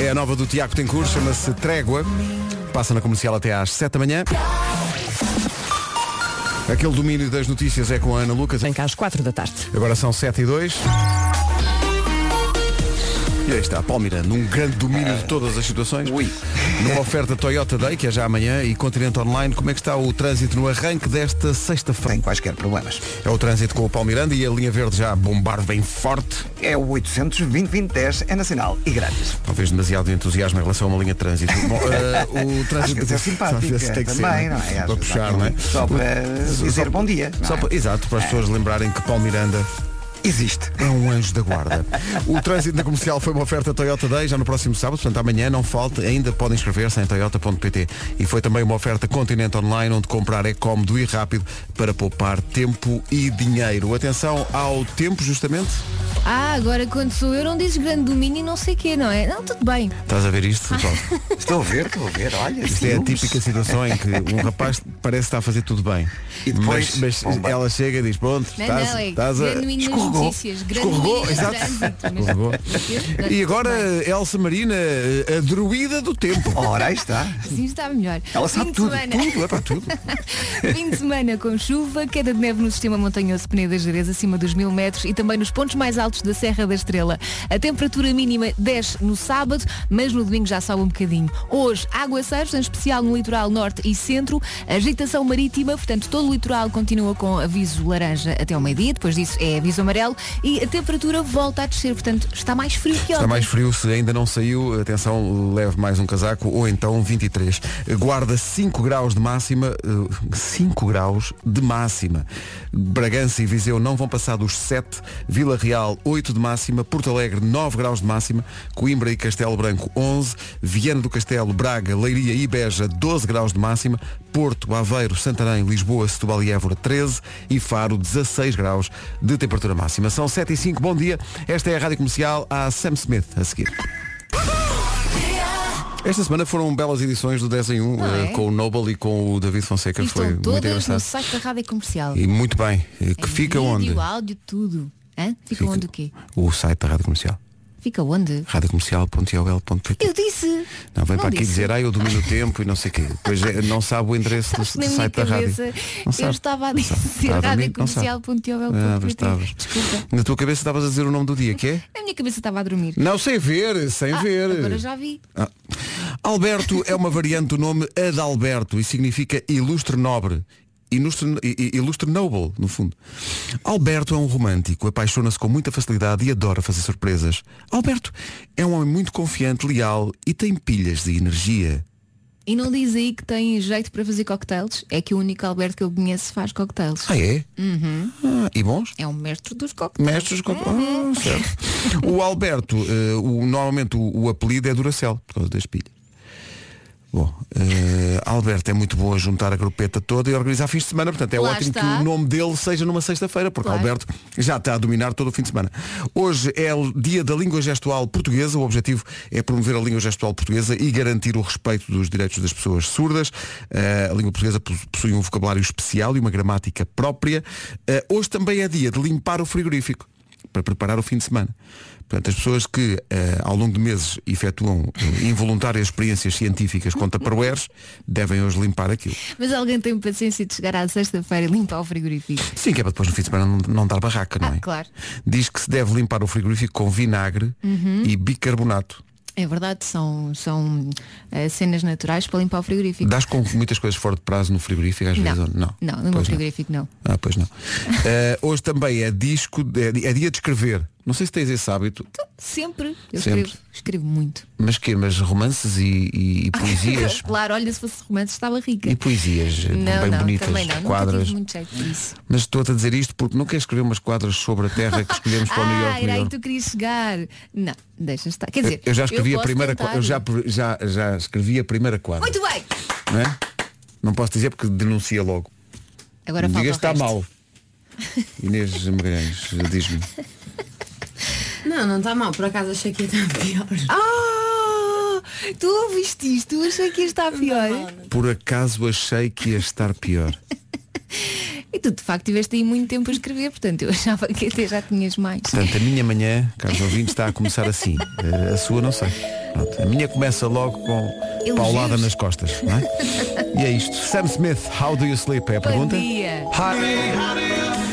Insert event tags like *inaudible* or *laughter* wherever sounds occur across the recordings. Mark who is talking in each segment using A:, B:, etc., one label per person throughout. A: É A nova do Tiago Tencourt chama-se Trégua. Passa na comercial até às 7 da manhã. Aquele domínio das notícias é com a Ana Lucas.
B: Vem cá às 4 da tarde.
A: Agora são 7 e 2. E aí está, Paulo Miranda, num grande domínio de todas as situações.
C: Ui.
A: Numa oferta Toyota Day, que é já amanhã, e Continente Online, como é que está o trânsito no arranque desta sexta-feira?
C: Sem quaisquer problemas.
A: É o trânsito com o Paulo Miranda e a linha verde já a bombar bem forte.
C: É o 800 é nacional e grátis.
A: Talvez demasiado entusiasmo em relação a uma linha de trânsito. Bom,
C: *laughs*
A: eh, o trânsito
C: vezes é simpática
A: Às vezes né?
C: também, não é?
A: Para
C: Às vezes
A: puxar, não é?
C: só para
A: Só-
C: dizer
A: só-
C: bom dia, não
A: só
C: é?
A: para- Exato, para as pessoas lembrarem que Paulo Miranda
C: Existe.
A: é um anjo da guarda. O trânsito na comercial foi uma oferta Toyota Day, já no próximo sábado, portanto amanhã não falte, ainda podem inscrever-se em toyota.pt. E foi também uma oferta Continente Online, onde comprar é cómodo e rápido para poupar tempo e dinheiro. Atenção ao tempo, justamente.
D: Ah, agora quando sou eu não dizes grande domínio e não sei o quê, não é? Não, tudo bem.
A: Estás a ver
D: *laughs*
A: isto, Paulo?
C: Estou a ver, estou a ver, olha.
A: Isto é a
C: ciúmes.
A: típica situação em que um rapaz parece estar a fazer tudo bem.
C: E depois,
A: mas, mas
C: bomba.
A: ela chega e diz, pronto,
D: Não,
A: estás,
D: não, é
A: estás
D: grande
A: a.
D: domínio nas
A: Escorregou.
D: notícias. é Grande
A: Escorregou,
D: domínio
A: exato. Escorregou. E agora Elsa Marina, a druida do tempo.
C: Ora, aí está.
D: Sim, está melhor.
C: Ela sabe
D: Fim de
C: tudo,
D: semana.
A: Tudo, é para tudo.
D: *laughs* Fim de semana com chuva, queda de neve no sistema montanhoso Peneda Jerez acima dos mil metros e também nos pontos mais altos da Serra da Estrela. A temperatura mínima desce no sábado, mas no domingo já sobe um bocadinho. Hoje, aguaceiros, em especial no litoral norte e centro, agitação marítima, portanto todo o litoral continua com aviso laranja até ao meio-dia, depois disso é aviso amarelo e a temperatura volta a descer, portanto está mais frio que ontem.
A: Está mais frio, se ainda não saiu, atenção, leve mais um casaco ou então 23. Guarda 5 graus de máxima, eh, 5 graus de máxima. Bragança e Viseu não vão passar dos 7, Vila Real 8 de máxima, Porto Alegre 9 graus de máxima, Coimbra e Castelo Branco 11, Viana do Castelo, Braga, Leiria e Beja 12 graus de máxima, Porto, Aveiro, Santarém, Lisboa, Setúbal e Évora 13 e Faro 16 graus de temperatura máxima. São 7 e 5, bom dia. Esta é a Rádio Comercial, a Sam Smith a seguir. Esta semana foram belas edições do 10 em 1
D: Não é?
A: eh, com o Noble e com o David Fonseca.
D: E
A: Foi
D: estão
A: muito
D: todas no
A: engraçado.
D: site É da Rádio Comercial.
A: E muito bem. Eh, Que
D: Em
A: fica onde?
D: Vídeo, áudio, tudo. Hã? Fica, onde o quê?
A: O site da Rádio Comercial.
D: Fica onde?
A: radiocomercial.iol.pt
D: Eu disse.
A: Não, vem para aqui
D: disse.
A: dizer, ah, eu domino o tempo e não sei o quê. Depois eh, não sabe o
D: *laughs*
A: endereço do
D: Sabes que na
A: do
D: minha
A: site da rádio.
D: cabeça
A: Não
D: eu
A: sabe.
D: estava a
A: Não sabe.
D: dizer
A: Está a dormir? Não sabe. Ah, pois
D: radiocomercial.ioel.pt
A: estavas.
D: Desculpa.
A: Na tua cabeça estavas a dizer o nome do dia, que é?
D: Na minha cabeça estava a dormir.
A: Não, sem ver, sem
D: Ah,
A: ver.
D: Agora já vi.
A: Ah. Alberto é uma variante do nome Adalberto e significa ilustre nobre. Ilustre, i- i- ilustre noble, no fundo. Alberto é um romântico, apaixona-se com muita facilidade e adora fazer surpresas. Alberto é um homem muito confiante, leal e tem pilhas de energia.
D: E não diz aí que tem jeito para fazer cocktails. É que o único Alberto que eu conheço faz cocktails. Uhum.
A: Ah, é? Ah, e bons?
D: É um mestre dos cocktails. Uhum.
A: Mestres com... Ah, certo. O Alberto, eh, o- normalmente o, o apelido é Duracel, por causa das pilhas. Bom, eh, Alberto é muito bom a juntar a grupeta toda e organizar fins de semana, portanto é
D: Lá
A: ótimo
D: está.
A: que o nome dele seja numa sexta-feira, porque
D: Claro.
A: Alberto já está a dominar todo o fim de semana. Hoje é o dia da língua gestual portuguesa, o objetivo é promover a língua gestual portuguesa e garantir o respeito dos direitos das pessoas surdas. Eh, a língua portuguesa pos- possui um vocabulário especial e uma gramática própria. Eh, hoje também é dia de limpar o frigorífico para preparar o fim de semana. Portanto, as pessoas que eh, ao longo de meses efetuam eh, involuntárias experiências científicas com taparoeiros devem hoje limpar aquilo.
D: Mas alguém tem paciência de chegar à sexta-feira e limpar o frigorífico.
A: Sim, que é para depois no fim de semana não, não dar barraca, não
D: Ah,
A: é?
D: claro.
A: Diz que se deve limpar o frigorífico com vinagre
D: Uhum.
A: e bicarbonato.
D: É verdade, são, são eh, cenas naturais para limpar o frigorífico.
A: Dás com muitas coisas fora de prazo no frigorífico às vezes?
D: Não,
A: ou Não,
D: não, no meu
A: Pois
D: frigorífico não.
A: Ah, pois não. *laughs* Eh, hoje também é disco, é, di- é dia de escrever. Não sei se tens esse hábito,
D: Sempre. Eu
A: Sempre.
D: escrevo, escrevo muito.
A: mas que mas romances e,
D: *laughs*
A: e- e poesias.
D: claro, olha, se fosse romance estava rica.
A: E poesias eh,
D: não,
A: bem
D: não,
A: bonitas,
D: também não. Nunca
A: quadras.
D: tive muito jeito disso.
A: Mas estou-te a dizer isto porque não quero escrever umas quadras sobre a terra que escolhemos para o New
D: *laughs* ah,
A: York.
D: era
A: New
D: aí que
A: York.
D: tu querias chegar. Não, deixa estar. Quer dizer,
A: Eu já escrevi a
D: posso
A: primeira
D: tentar. é?
A: quadra. Eu já, já, já escrevi a primeira quadra.
D: Muito bem!
A: Não, é? não posso dizer porque denuncia logo.
D: Agora
A: Diga
D: falta o
A: está
D: resto. *laughs*
A: mal. Inês Magalhães, diz-me.
E: Não, não está mal, por acaso achei que ia estar *laughs* pior.
D: Ah! Tu ouviste isto? Eu achei que ia estar pior.
A: Por acaso achei que ia estar pior.
D: E tu, de facto, tiveste aí muito tempo a escrever, portanto, eu *laughs* achava que até já tinhas mais.
A: Portanto, a minha manhã, caros ouvintes, está a começar assim. Eh, A sua não sei. Pronto, a minha começa logo com
D: Elogios.
A: paulada nas costas. Não é? E é isto. Sam Smith, How Do You Sleep? É a pergunta.
D: dia.
A: Hi.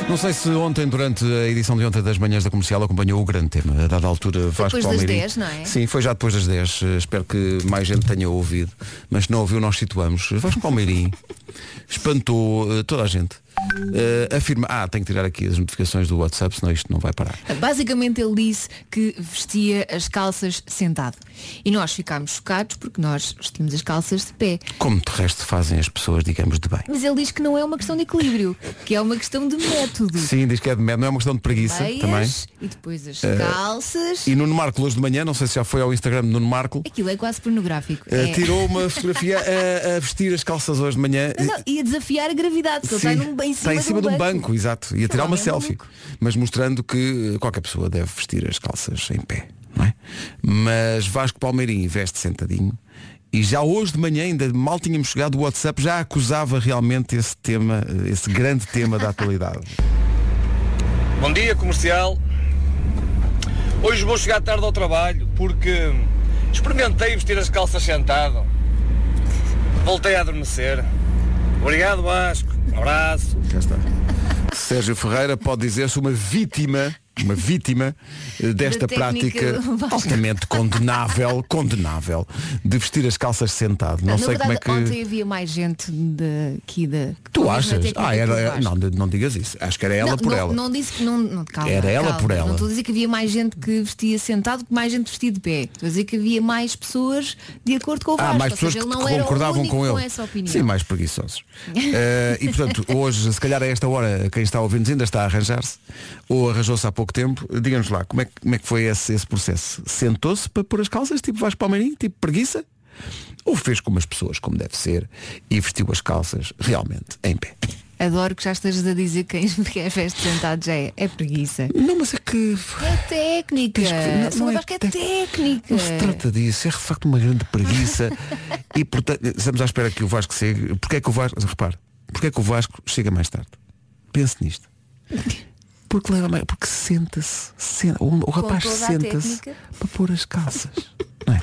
A: Não sei se ontem, durante a edição de ontem das manhãs da comercial, acompanhou o grande tema. A dada altura, Vasco
D: das
A: Palmeirim.
D: 10, não é?
A: Sim, foi já depois das 10. Eh, Espero que mais gente tenha ouvido. Mas se não ouviu, nós situamos. Vasco
D: *laughs*
A: Palmeirim espantou eh, toda a gente. Eh, afirma. Ah, tenho que tirar aqui as notificações do WhatsApp, senão isto não vai parar.
D: Basicamente ele disse que vestia as calças sentado. E nós ficámos chocados porque nós vestimos as calças de pé.
A: Como de resto fazem as pessoas, digamos, de bem.
D: Mas ele diz que não é uma questão de equilíbrio, que é uma questão de método.
A: Sim, diz que é de medo, não é uma questão de preguiça também. Eh,
D: Meias e depois as calças.
A: E Nuno Marco, hoje de manhã, não sei se já foi ao Instagram de Nuno Marco,
D: Aquilo é quase pornográfico.
A: eh,
D: É.
A: tirou
D: *laughs*
A: uma fotografia a, a vestir as calças hoje de manhã. eh,
D: Não, não, e a desafiar a gravidade, porque ele
A: Sim,
D: está num- em cima,
A: está em cima de um banco, exato. E a tirar
D: lá,
A: uma
D: é
A: selfie.
D: maluco.
A: Mas mostrando que eh, qualquer pessoa deve vestir as calças em pé, não é? Mas Vasco Palmeirim veste sentadinho. E já hoje de manhã, ainda mal tínhamos chegado, o WhatsApp já acusava realmente esse tema, eh, esse grande tema da atualidade.
B: Bom dia, comercial. Hoje vou chegar tarde ao trabalho porque experimentei vestir as calças sentado. Voltei a adormecer. Obrigado, Vasco. Um Abraço.
A: Cá está. Sérgio Ferreira pode dizer-se uma vítima, uma vítima eh, desta
D: Da técnica
A: prática
D: do Vasco.
A: altamente condenável, condenável, de vestir as calças sentado. Não
D: Na
A: sei como é
D: verdade,
A: que.
D: ontem havia mais gente de, aqui da.
A: Tu
D: com a mesma
A: achas?
D: técnica
A: Ah,
D: que
A: era,
D: tu
A: era-
D: achas.
A: não, não digas isso. Acho que era ela
D: não,
A: por
D: não,
A: ela.
D: Não disse que não. não calma,
A: Era ela
D: calma.
A: por ela.
D: Não estou a dizer que havia mais gente que vestia sentado que mais gente vestia de pé. Estou a dizer que havia mais pessoas de acordo com o Vasco.
A: Há Ah, mais
D: Ou
A: pessoas
D: seja, ele
A: que
D: não era o
A: concordavam
D: único
A: com ele.
D: essa opinião.
A: Sim, mais preguiçosos. Eh, e
D: *laughs*
A: portanto, hoje, se calhar a esta hora, quem está ouvindo ainda está a arranjar-se, ou arranjou-se há pouco tempo, diga-nos lá, como é, que- como é que foi esse, esse processo? Sentou-se para pôr as calças, tipo Vasco Palmeirinho, tipo preguiça? Ou fez como as pessoas, como deve ser, e vestiu as calças realmente em pé?
D: Adoro que já estejas a dizer quem *laughs* é festa sentado já é. É preguiça.
A: Não, mas é que...
D: É técnica.
A: Tens que-
D: Só
A: é
D: Vasco é,
A: tec-
D: técnica.
A: Não se trata disso, é de facto uma grande
D: *laughs*
A: preguiça e portanto estamos à espera que o Vasco chegue. Porquê é que o Vasco, repare, porquê é que o Vasco chega mais tarde? Pense nisto. Porque leva mais, porque senta-se, sen- o, o
C: é?
A: rapaz
D: toda a
A: senta-se
D: técnica.
A: para pôr as calças. não é?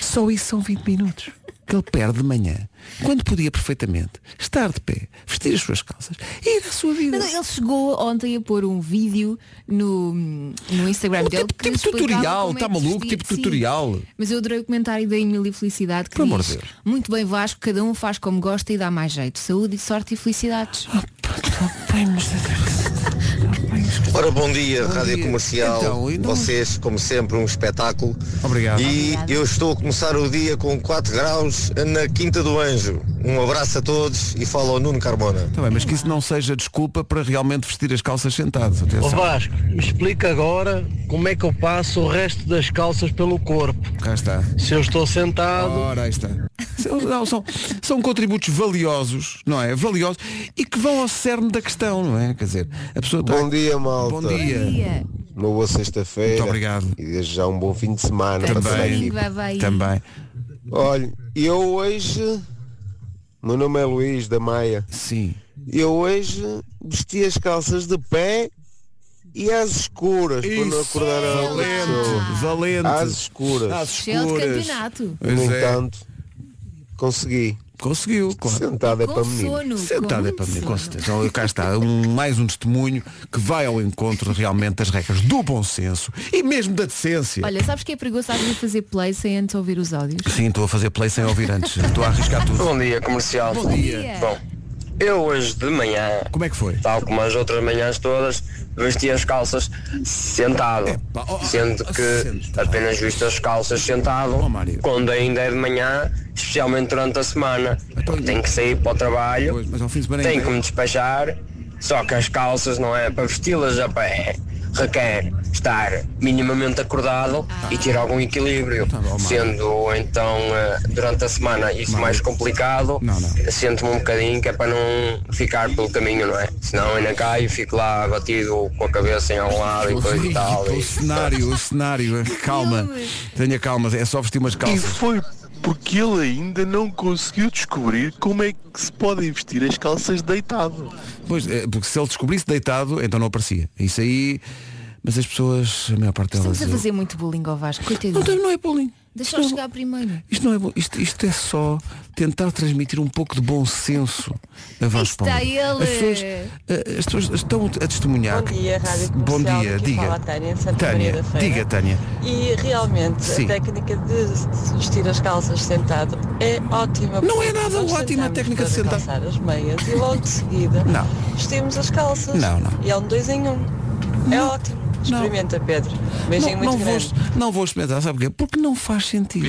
A: Só isso são 20 minutos que ele perde de manhã, quando podia perfeitamente estar de pé, vestir as suas calças e ir à sua vida.
D: Não, não, Ele chegou ontem a pôr um vídeo no, no Instagram
A: Oh,
D: dele
A: tipo-
D: que
A: tipo
D: explicava
A: tutorial,
D: como é
A: tá
D: que
A: maluco,
D: vestia-
A: tipo tutorial.
D: Mas eu adorei o comentário da Emília Felicidade que
A: Por amor
D: diz,
A: de Deus.
D: Muito bem Vasco, cada um faz como gosta e dá mais jeito Saúde, e sorte e felicidades
A: Ah, oh, é
F: Ora, bom dia,
A: Bom
F: Rádio
A: dia.
F: Comercial.
A: Então, e não-
F: Vocês, como sempre, um espetáculo.
A: Obrigado.
F: E
D: Obrigada.
F: eu estou a começar o dia com 4 graus na Quinta do Anjo. Um abraço a todos e fala ao Nuno Carmona.
A: Tá bem, mas que isso não seja desculpa para realmente vestir as calças sentadas. Atenção.
G: Ó Vasco, me explica agora como é que eu passo o resto das calças pelo corpo.
A: Cá está.
G: Se eu estou sentado.
A: Ora, aí está. São, não, são, são contributos valiosos, não é? Valiosos e que vão ao cerne da questão, não é? Quer dizer, a pessoa.
H: Bom dia, malta.
A: Bom dia.
D: Dia.
H: Uma boa sexta-feira.
A: Muito obrigado.
H: E desde já um bom fim de semana para toda a
A: Também.
D: Domingo,
H: equipa.
D: vai, vai.
A: Também.
H: Olha, eu hoje. Meu nome é Luís da Maia.
A: Sim.
H: Eu hoje vesti as calças de pé e às escuras para não acordar a outra pessoa.
A: valente. Valente.
H: Às escuras.
A: Às
D: Cheio de
A: escuras.
D: campeonato
H: No
A: Pois é.
H: entanto, consegui.
A: Conseguiu, claro.
H: Sentada é para
D: Com
H: menino.
D: sono
A: Sentado
D: com
A: é para mim,
D: sono.
A: com certeza. Então, cá está, um- mais um testemunho que vai ao encontro realmente das regras do bom senso e mesmo da decência.
D: Olha, sabes que é perigoso às vezes fazer play sem antes ouvir os áudios?
A: Sim, estou a fazer play sem ouvir antes. Estou a arriscar tudo.
I: Bom dia, comercial.
A: Bom dia.
D: Yeah.
I: Bom, eu hoje de manhã,
A: Como é que foi?
I: tal como as outras manhãs todas, vesti as calças sentado.
A: Epá, oh, oh,
I: sendo
A: oh,
I: que
A: sentado.
I: apenas visto as calças sentado,
A: Oh, Mário.
I: quando ainda é de manhã, especialmente durante a semana.
A: Então-
I: Tenho que sair para o trabalho,
A: Pois, mas ao fim de semana
I: tenho
A: ainda-
I: que me despachar, só que as calças não é para vesti-las a pé. Requer estar minimamente acordado e ter algum equilíbrio.
A: Tá
I: Sendo então eh, durante a semana isso mais complicado,
A: Não, não.
I: sento-me um bocadinho que é para não ficar pelo caminho, não é? Senão ainda caio e fico lá batido com a cabeça em um lado e coisa e tal.
A: O
I: E...
A: cenário, o cenário, eh, calma. Tenha calma, é só vestir umas
J: E
A: calças.
J: foi porque ele ainda não conseguiu descobrir como é que se podem vestir as calças deitado.
A: Pois, é, porque se ele descobrisse deitado, então não aparecia. Isso aí. Mas as pessoas, a maior parte delas.
D: Estamos a fazer muito bullying ao Vasco,
A: Oh, Não,
D: coitadinho.
A: tem- não é bullying.
D: Deixa-o chegar primeiro.
A: Isto não é bom. Isto, isto é só tentar transmitir um pouco de bom senso a Vasco
D: está
A: Palmeira.
D: ele.
A: As pessoas, eh, as pessoas estão a testemunhar.
K: Bom
A: que-
K: dia, Rádio
A: Bom
K: Comercial.
A: dia,
K: Aqui
A: diga.
K: fala a Tânia, em Santa Maria
A: Tânia,
K: da Feira.
A: diga, Tânia.
K: E realmente
A: Sim.
K: a técnica de se vestir as calças sentado é ótima.
A: Não
K: porque
A: é nada
K: nós
A: ótima a
K: sentamos
A: técnica de
K: para
A: sentar.
K: calçar as meias e logo de seguida
A: Não.
K: vestimos as calças.
A: Não, não.
K: E é um dois em um. É ótimo. Experimenta, Pedro.
A: Não,
K: Beijinho muito
A: não vou,
K: grande.
A: não vou experimentar, sabe porquê? Porque não faz sentido.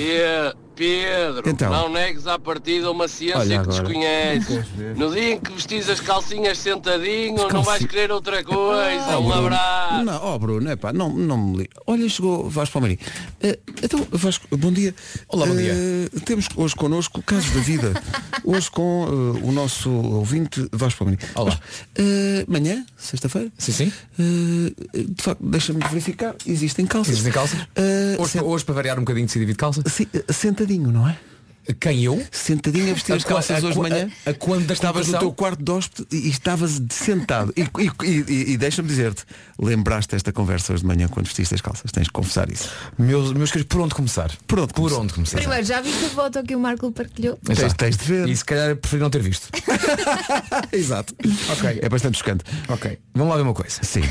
L: Pedro,
A: Então.
L: não negues à partida uma ciência
A: Olha
L: que
A: agora.
L: desconheces. No dia em que vestis as calcinhas sentadinho, não
A: calci-
L: vais querer outra coisa.
A: Oh,
L: um
A: Bruno.
L: abraço.
A: Não, oh Bruno, epá, não, não me li. Olha, chegou Vasco Palmeirim. Eh, então, Vasco, bom dia. Olá, bom dia. temos hoje connosco o caso da vida. hoje com eh, o nosso ouvinte Vasco Palmeirim. Olá. manhã, sexta-feira. Sim, sim. de facto, deixa-me verificar. Existem calças.
M: Existem calças?
A: Eh,
M: hoje, hoje, para variar um bocadinho, decidi de calça.
A: Sim, eh, sentadinho, não é?
M: Quem eu?
A: Sentadinho a vestir
M: A
A: as
M: qua-
A: calças
M: a
A: hoje de
M: qua-
A: manhã.
M: a- a quando da
A: estavas no
M: comparação?
A: teu quarto de hóspede e e estavas de- sentado. E, e- e- e- e deixa-me dizer-te, lembraste esta conversa hoje de manhã quando vestiste as calças. Tens de confessar isso.
M: Meus, meus queridos, por onde começar?
A: Por onde
M: começar? Por onde começar?
D: Primeiro, já viste a foto que o Marco partilhou?
A: Tens, tens de ver.
M: E se calhar prefiro não ter visto.
A: *laughs* Exato.
M: Ok.
A: É bastante chocante.
M: Ok. Vamos lá ver uma coisa.
A: Sim.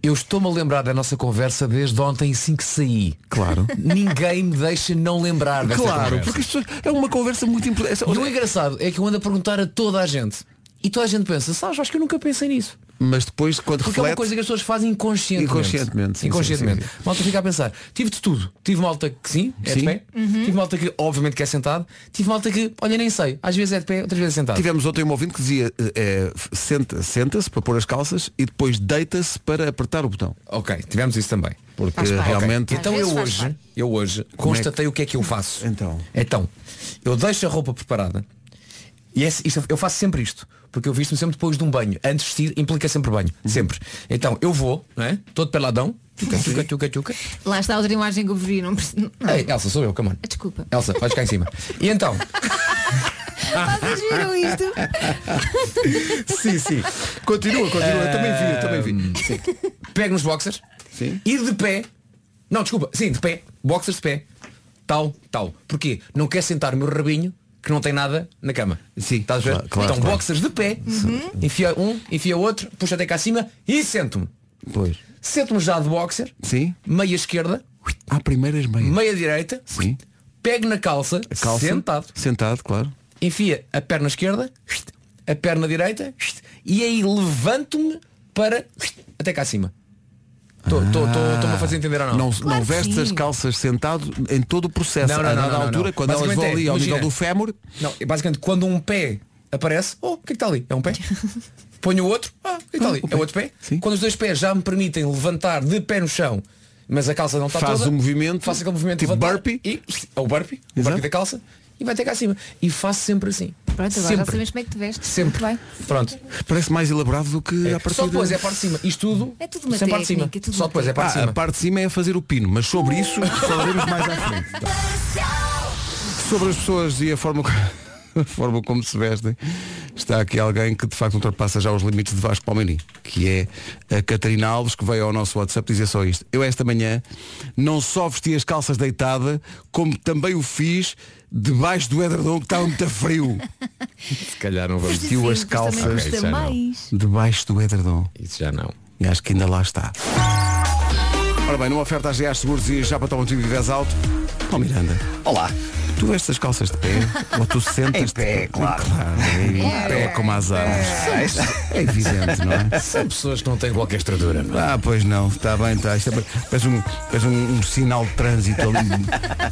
M: Eu estou-me a lembrar da nossa conversa desde ontem, assim que saí.
A: Claro.
M: Ninguém me deixa não lembrar desta
A: Claro,
M: conversa.
A: porque as pessoas- é uma conversa muito importante.
M: E o engraçado é que eu ando a perguntar a toda a gente. E toda a gente pensa, sabes, acho que eu nunca pensei nisso.
A: Mas depois, quando
M: Porque é uma
A: reflete,
M: coisa que as pessoas fazem inconscientemente.
A: Inconscientemente, sim,
M: inconscientemente.
A: sim, sim,
M: Malta fica a pensar. Tive de tudo. Tive malta que sim, é
A: Sim.
M: de pé. Tive malta que obviamente que é sentado. Tive malta que, olha, nem sei. Às vezes é de pé, outras vezes é sentado.
A: tivemos ontem um ouvinte que dizia eh, eh, f- senta- senta-se para pôr as calças e depois deita-se para apertar o botão.
M: Ok, tivemos isso também.
A: Porque
M: Ok.
A: realmente.
M: Então eu hoje, eu hoje constatei o que é que eu faço.
A: Então.
M: Então, eu deixo a roupa preparada. E é- isto- eu faço sempre isto, porque eu visto-me sempre depois de um banho. Antes de vestir implica sempre banho.
A: Uhum.
M: Sempre. Então, eu vou, não é? Todo peladão. Tuca, tuca, tuca, tuca.
D: Lá está outra imagem que eu vi. Não... perce-
A: É,
D: não.
M: Ei, Elsa, sou eu, come on.
D: Desculpa.
M: Elsa, vais cá em cima. E então,
D: Vocês viram isto?
A: Sim, sim. Continua, continua. Eu também vi, eu também vi.
M: pego nos boxers
A: Sim.
M: e de pé. Não, desculpa, sim, de pé. Boxers de pé. Tal, tal. Porquê? Não quer sentar o meu rabinho que não tem nada na cama.
A: Sim,
M: Estás a ver?
A: claro, claro,
M: então
A: claro.
M: boxers de pé,
D: Uhum.
M: enfia um, enfia outro, puxa até cá acima e sento-me.
A: Pois.
M: Sento-me já de boxer,
A: Sim.
M: meia esquerda,
A: Há primeiras meias.
M: meia direita,
A: Sim.
M: pego na calça,
A: A calça.
M: sentado,
A: Sentado, claro.
M: enfia a perna esquerda, a perna direita e aí levanto-me para até cá acima. Estou-me a fazer entender ou não?
A: Ah, Não,
D: Claro
A: não
D: que
A: vestes
D: sim.
A: as calças sentado em todo o processo.
M: Não, não,
A: a
M: Ah, não,
A: dada
M: não, não,
A: altura,
M: não.
A: quando elas vão
M: Basicamente
A: ali
M: é,
A: ao
M: imagina.
A: nível do fémur,
M: Não, é basicamente quando um pé aparece, oh, o que é que está ali? É
A: *laughs*
M: um pé? Ponho o outro, ah, o que é que está
A: Ah,
M: ali?
A: o
M: É
A: pé.
M: outro pé?
A: Sim.
M: Quando os dois pés já me permitem levantar de pé no chão, mas a calça não está
A: Faz
M: toda,
A: um movimento,
M: faço aquele movimento
A: tipo
M: de levantar
A: burpee.
M: e é o burpee, o
A: Exato.
M: burpee da calça e vai até cá acima. E faço sempre assim.
D: Pronto, agora já
M: sempre.
D: sabemos como é que te vestes.
M: Sempre.
D: Muito bem.
M: Pronto.
A: parece mais elaborado do que a
M: É.
A: partir
M: Só depois é a parte de cima. Isto tudo
D: É tudo uma
M: sem parte de cima.
D: técnica, é tudo
M: Só
D: uma
M: depois é a parte de
A: Ah, a
M: cima.
A: parte de cima é fazer o pino, mas sobre
D: *laughs*
A: isso falaremos mais à frente. Sobre as pessoas e a forma, co- *laughs* a forma como se vestem, está aqui alguém que de facto ultrapassa já os limites de Vasco Palmeirim, que é a Catarina Alves, que veio ao nosso WhatsApp dizer só isto. Eu esta manhã não só vesti as calças deitada, como também o fiz debaixo do edredom que estava muito frio.
M: *laughs* Se calhar não vamos.
A: Vestiu as
D: Sim, mas também
A: calças
D: custa
M: Ok, já não.
D: mais.
A: debaixo do edredom.
M: Isso já não.
A: E acho que ainda lá está. Ora bem, numa oferta às GA Seguros e já para tomar um time de vez alto, Paulo Miranda.
C: Olá.
A: Tu vestes as calças de pé ou tu sentas
C: Em pé, claro.
A: em
C: É,
A: pé como as árvores.
C: é.
A: Isso É evidente, não é?
M: São pessoas que não é? têm qualquer estrutura.
A: Ah, pois não, está bem, está. Isto é, parece um, parece um, um sinal de trânsito
C: *laughs*
A: ali.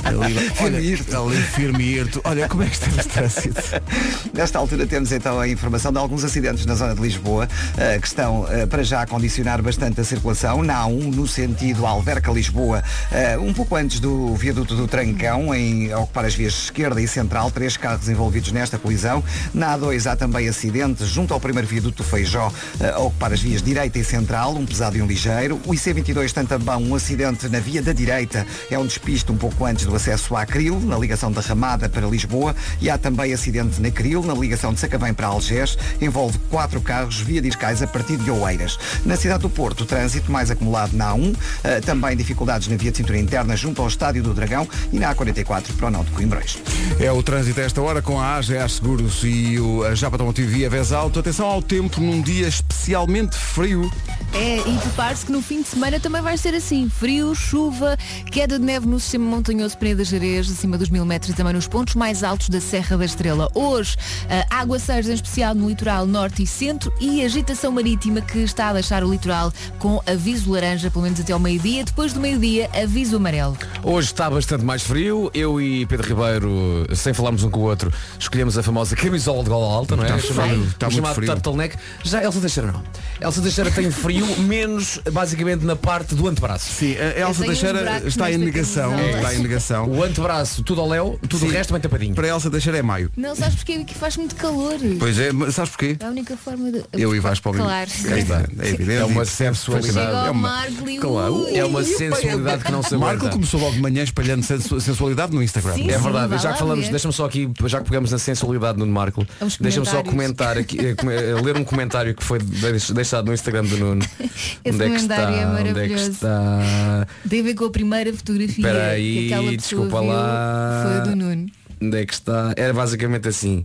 A: ali
C: Firme e
A: olha, ali firme e irto. Olha como é que estamos de trânsito.
C: *laughs* Nesta altura temos então a informação de alguns acidentes na zona de Lisboa eh, que estão eh, para já a condicionar bastante a circulação. Na A1, no sentido Alverca-Lisboa, eh, um pouco antes do viaduto do Trancão, em a ocupar as vias esquerda e central, três carros envolvidos nesta colisão. Na A2 há também acidentes junto ao primeiro viaduto do Feijó, eh, a ocupar as vias direita e central, um pesado e um ligeiro. O IC22 tem também um acidente na via da direita, é um despiste um pouco antes do acesso à Cril, na ligação da Ramada para Lisboa, e há também acidente na Cril, na ligação de Sacavém para Algés, envolve quatro carros via discais a partir de Oeiras. Na cidade do Porto, trânsito mais acumulado na A1, eh, também dificuldades na via de cintura interna junto ao Estádio do Dragão e na A44 para o Nó de Coimbrões.
A: É o trânsito a esta hora com a AGA Seguros e o, a Japa Tomotivo e a Vez Alto. Atenção ao tempo num dia especialmente frio.
D: É, e prepare-se que no fim de semana também vai ser assim. Frio, chuva, queda de neve no sistema montanhoso Penedas Jerez, acima dos mil metros e também nos pontos mais altos da Serra da Estrela. Hoje, eh, água aguaceiros em especial no litoral norte e centro e agitação marítima que está a deixar o litoral com aviso laranja, pelo menos até ao meio-dia. Depois do meio-dia, aviso amarelo.
M: Hoje está bastante mais frio. Eu e Pedro Ribeiro, sem falarmos um com o outro, escolhemos a famosa camisola de gola alta, não é?
A: Está
M: O
A: frio,
M: chamado,
A: está
M: o
A: Tá muito
M: chamado
A: frio.
M: turtleneck. Já Elsa Teixeira não. Elsa Teixeira tem frio, *laughs* menos basicamente na parte do antebraço.
A: Sim, a Elsa
M: tenho uns
A: Teixeira
M: buracos
A: está em
M: nesta
A: negação.
M: camisola.
A: Está em negação.
M: O antebraço, tudo ao léu, tudo o resto bem tapadinho.
A: Para Elsa Teixeira é maio.
D: Não sabes porquê? Que faz muito calor.
A: Pois é, mas sabes porquê?
D: É a única forma de...
A: Eu e Vasco Palmeiras.
D: Claro.
A: É evidente. É, evidente.
M: É uma
A: E-
M: sensualidade.
D: Chega ao
A: É uma-
D: Marco e
A: Claro.
D: ui,
M: É uma
D: pai,
M: sensualidade que não se aguenta.
A: Marco começou logo de manhã espalhando sensu- sensualidade no Instagram.
D: Sim,
M: é
D: sim,
M: verdade,
D: vá
M: já
D: lá
M: que falamos,
D: ver.
M: deixa-me só aqui, já que pegamos na sensualidade do Nuno Marco,
D: É os
M: deixa-me só comentar
D: comentários.
M: aqui, eh, come- eh, ler um comentário que foi deix- deixado no Instagram do *laughs* Nuno.
D: Esse comentário é
M: Onde é que
D: maravilhoso.
M: está?
D: Tem a ver com a primeira fotografia
M: Espera
D: que aquela
M: aí,
D: pessoa
M: desculpa
D: viu
M: lá.
D: foi a do Nuno.
M: Onde é que está? Era basicamente assim.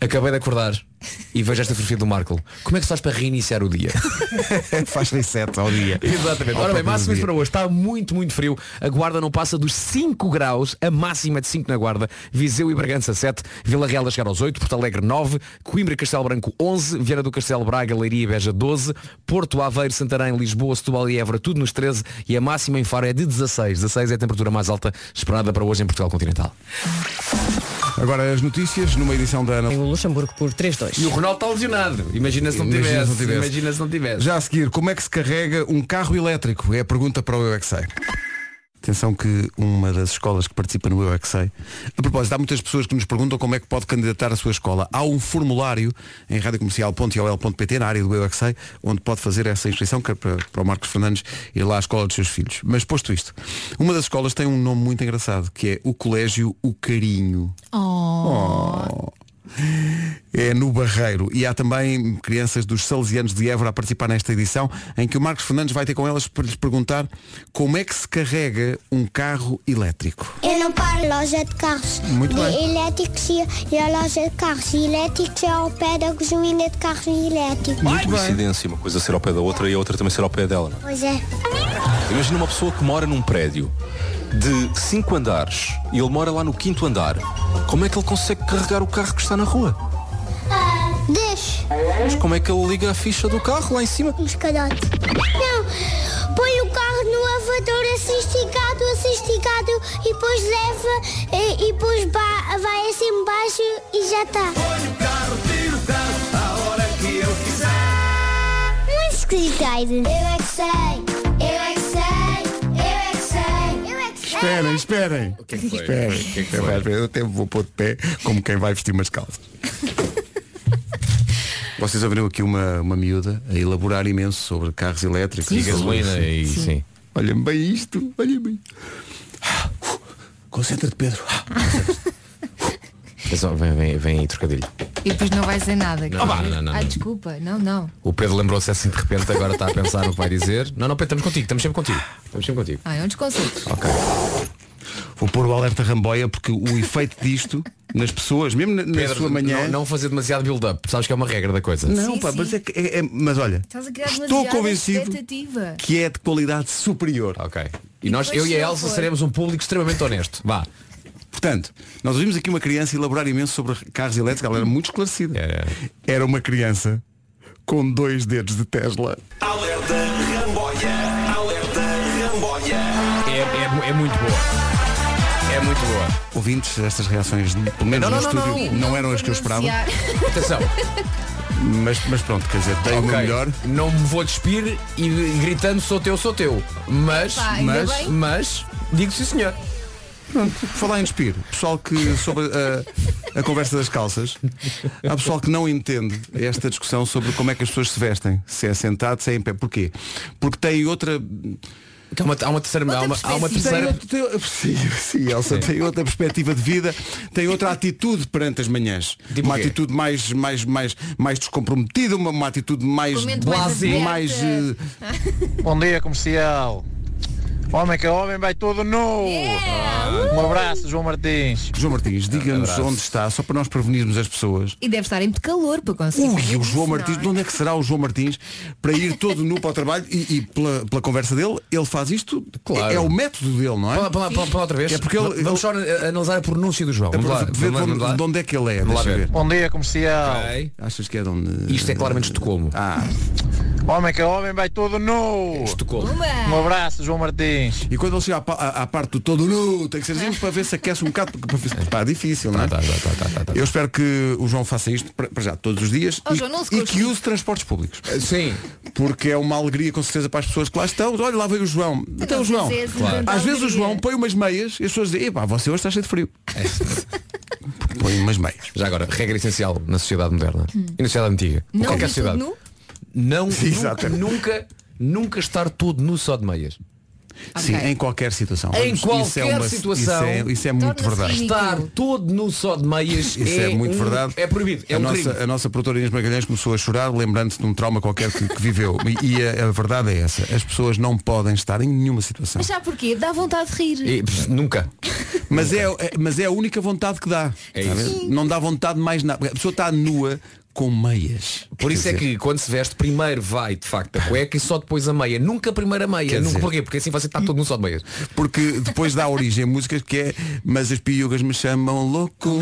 M: Acabei de acordar e vejo esta fotografia do Marco. Como é que se faz para reiniciar o dia?
A: *laughs* Faz reset ao dia.
M: Exatamente.
A: Ao
M: Ora bem,
A: próprio
M: máximas
A: dia.
M: para hoje. Está muito, muito frio. A guarda não passa dos 5 graus, a máxima de 5 na guarda. Viseu e Bragança 7, Vila Real a chegar aos 8, Porto Alegre 9, Coimbra e Castelo Branco 11, Vieira do Castelo Braga, Leiria e Beja 12, Porto Aveiro, Santarém, Lisboa, Setúbal e Évora tudo nos 13 e a máxima em Faro é de 16. 16 é a temperatura mais alta esperada para hoje em Portugal continental.
A: Agora as notícias numa edição da Ana.
N: Em Luxemburgo por 3-2.
M: E o Ronaldo está lesionado. Imagina se não
A: Imagina
M: tivesse.
A: se não tivesse.
M: Imagina se não tivesse.
A: Já a seguir, como é que se carrega um carro elétrico? É a pergunta para o Eu É Que Sei. Atenção que uma das escolas que participa no Eu É Que Sei, a propósito, há muitas pessoas que nos perguntam como é que pode candidatar a sua escola. Há um formulário em radiocomercial.iol.pt, na área do Eu É Que Sei, onde pode fazer essa inscrição, que é para, para o Marcos Fernandes ir lá à escola dos seus filhos. Mas posto isto, uma das escolas tem um nome muito engraçado, que é o Colégio O Carinho.
D: *laughs*
A: Oh. É no Barreiro. E há também crianças dos Salesianos de Évora a participar nesta edição, em que o Marcos Fernandes vai ter com elas para lhes perguntar como é que se carrega um carro elétrico.
O: Eu não paro loja de carros
A: Muito
O: de
A: bem.
O: elétricos e, e a loja de carros elétricos é ao pé da gasolina de carros elétricos.
P: coincidência uma coisa ser ao pé da outra e a outra também ser ao pé dela. não
O: Pois é.
P: é? Imagina uma pessoa que mora num prédio de cinco andares e ele mora lá no quinto andar. Como é que ele consegue carregar o carro que está na rua?
O: Deixa.
P: Mas como é que ele liga a ficha do carro lá em cima?
O: Um escadote. Não, põe o carro no elevador assim esticado, assim esticado e depois leva e, e depois ba- vai assim embaixo e já está. Muito esquisito. Eu é que sei, eu é que sei, eu é que sei, eu é que sei.
A: Esperem, esperem.
O: que é que foi?
A: Esperem.
O: O que é que
A: Eu até vou pôr de pé como quem vai vestir umas
O: *laughs*
A: calças. Vocês ouviram aqui uma, uma miúda a elaborar imenso sobre carros elétricos
M: Sim, E sim. gasolina e- Sim. sim.
A: Olha-me bem isto, olha-me bem. Concentra-te, Pedro.
Q: Ah,
M: Atenção, Vem, vem, vem aí, trocadilho.
D: E depois não vai ser nada.
M: Não, não, não, não,
D: ah,
M: não.
D: desculpa. Não, não.
M: O Pedro lembrou-se assim de repente, agora está a pensar no que vai dizer. Não, não, Pedro, estamos contigo, estamos sempre contigo. Estamos sempre contigo.
D: Ah, é um desconcerto.
A: Vou pôr o alerta ramboia porque o efeito disto nas pessoas, mesmo na, na
M: Pedro,
A: sua manhã.
M: não, não fazer demasiado build-up. Sabes que é uma regra da coisa.
A: Não, pá, mas é que é- é- mas olha,
D: Estás a criar
A: estou
D: demasiada
A: convencido
D: expectativa.
A: que é de qualidade superior.
M: Ok. E nós,
D: depois
M: eu e a
D: se não
M: Elsa
D: for?
M: seremos um público extremamente honesto. Vá.
A: Portanto, nós ouvimos aqui uma criança elaborar imenso sobre carros elétricos, ela era muito esclarecida.
M: É.
A: Era uma criança com dois dedos de Tesla.
N: Alerta Ramboia, alerta Ramboia.
M: É, é, é muito boa. É muito boa.
A: Ouvintes, estas reações, pelo menos
M: Não, não,
A: no
M: não,
A: estúdio,
M: não.
A: eram as que eu esperava.
M: Atenção.
A: Mas, mas pronto, quer dizer, tenho o meu
M: Ok,
A: melhor.
M: Não me vou despir e gritando sou teu, sou teu. Mas,
A: Epá, ainda
M: mas,
A: bem.
M: mas, digo sim senhor.
A: Pronto, falar em despir. Pessoal que sobre eh, a, a conversa das calças, há pessoal que não entende esta discussão sobre como é que as pessoas se vestem. Se é sentado, se é em pé. Porquê? Porque tem outra.
M: Então, Há uma, há uma terceira. Há uma, há
D: é
M: uma terceira.
A: Tem
D: *laughs*
A: outra- tem- sim, sim, Elsa,
M: Sim.
A: tem outra perspectiva de vida, tem outra atitude perante as manhãs. uma
M: quê?
A: atitude mais, mais, mais, mais descomprometida, uma, uma atitude mais
R: Comento mais
A: blasé,
R: aberta.
A: mais. eh,
R: Bom dia, comercial. Homem que é homem vai todo nu. Um abraço, João Martins.
A: João
M: Um
A: Martins, diga-nos
R: Abraço.
A: onde está, só para nós prevenirmos as pessoas.
D: E deve estar em muito calor para conseguir.
A: Ui, o João Martins, de onde é que será o João Martins para ir todo nu para o trabalho e, e pela, pela conversa dele, ele faz isto,
M: Claro.
A: é, é o método dele, não é?
M: Pá, pá, pá, pá, outra vez.
A: É porque ele,
M: Vamos só eh, analisar a pronúncia do João.
A: É
M: Vamos
A: para
M: lá,
A: ver
M: vamos lá,
A: de onde-
M: vamos lá.
A: de onde é que ele é,
M: Vamos lá
A: deixa
M: ver.
A: ver.
R: Bom dia, comercial.
M: Ok.
A: Achas que é de onde.
M: Isto é claramente Estocolmo.
A: Ah.
R: Homem que é homem vai todo nu.
M: Estocolmo.
R: Um abraço, João Martins.
A: E quando ele chega à, pa- à- à parte do todo nu, tem que ser assim para ver se aquece um bocado. porque Para ver se- pá, difícil, não é?
M: Tá,
A: Eu espero que o João faça isto para para já todos os dias
D: Ó,
A: e,
D: Oh, João, não se
A: e
D: custe.
A: que use transportes públicos.
M: Eh, Sim.
A: Porque é uma alegria com certeza para as pessoas que lá estão. Olha, lá veio o João. Até o João.
D: Então, vezes, Claro. tanta
A: Às vezes o
D: alegria.
A: João põe umas meias e as pessoas dizem, epá, você hoje está cheio de frio. Porque põe umas meias.
M: Já agora, regra essencial na sociedade moderna e na sociedade antiga.
D: Hum. Não
M: Qualquer
D: vi
M: é sociedade.
D: tudo nu?
A: *laughs*
M: Não,
A: Sim,
M: nunca,
A: exato.
M: nunca, nunca estar todo nu só de meias.
A: Sim, em qualquer situação.
M: Em
A: Isso é
M: qualquer
A: uma-
M: situação.
A: Isso é, isso é muito verdade.
M: Estar todo nu só de meias
A: Isso é, muito
M: um-
A: verdade.
M: É proibido. É
A: a,
M: um crime.
A: nossa, a nossa produtora Inês Magalhães começou a chorar lembrando-se de um trauma qualquer que, que viveu. E, e a, a verdade é essa. As pessoas não podem estar em nenhuma situação.
D: Mas já porquê? Dá vontade de rir.
M: nunca.
A: Mas é, é- mas é a única vontade que dá.
M: É
A: Está a ver?
M: isso.
A: Não dá vontade de mais nada. Porque A pessoa está nua com meias.
M: Por isso
A: Quer
M: é
A: dizer,
M: que quando se veste, primeiro vai de facto a cueca e só depois a meia. Nunca a primeira meia.
A: Quer
M: Nunca,
A: dizer-
M: Porquê? Porque assim você está todo no só de meias.
A: Porque depois dá origem a músicas que é Mas as piugas me chamam louco.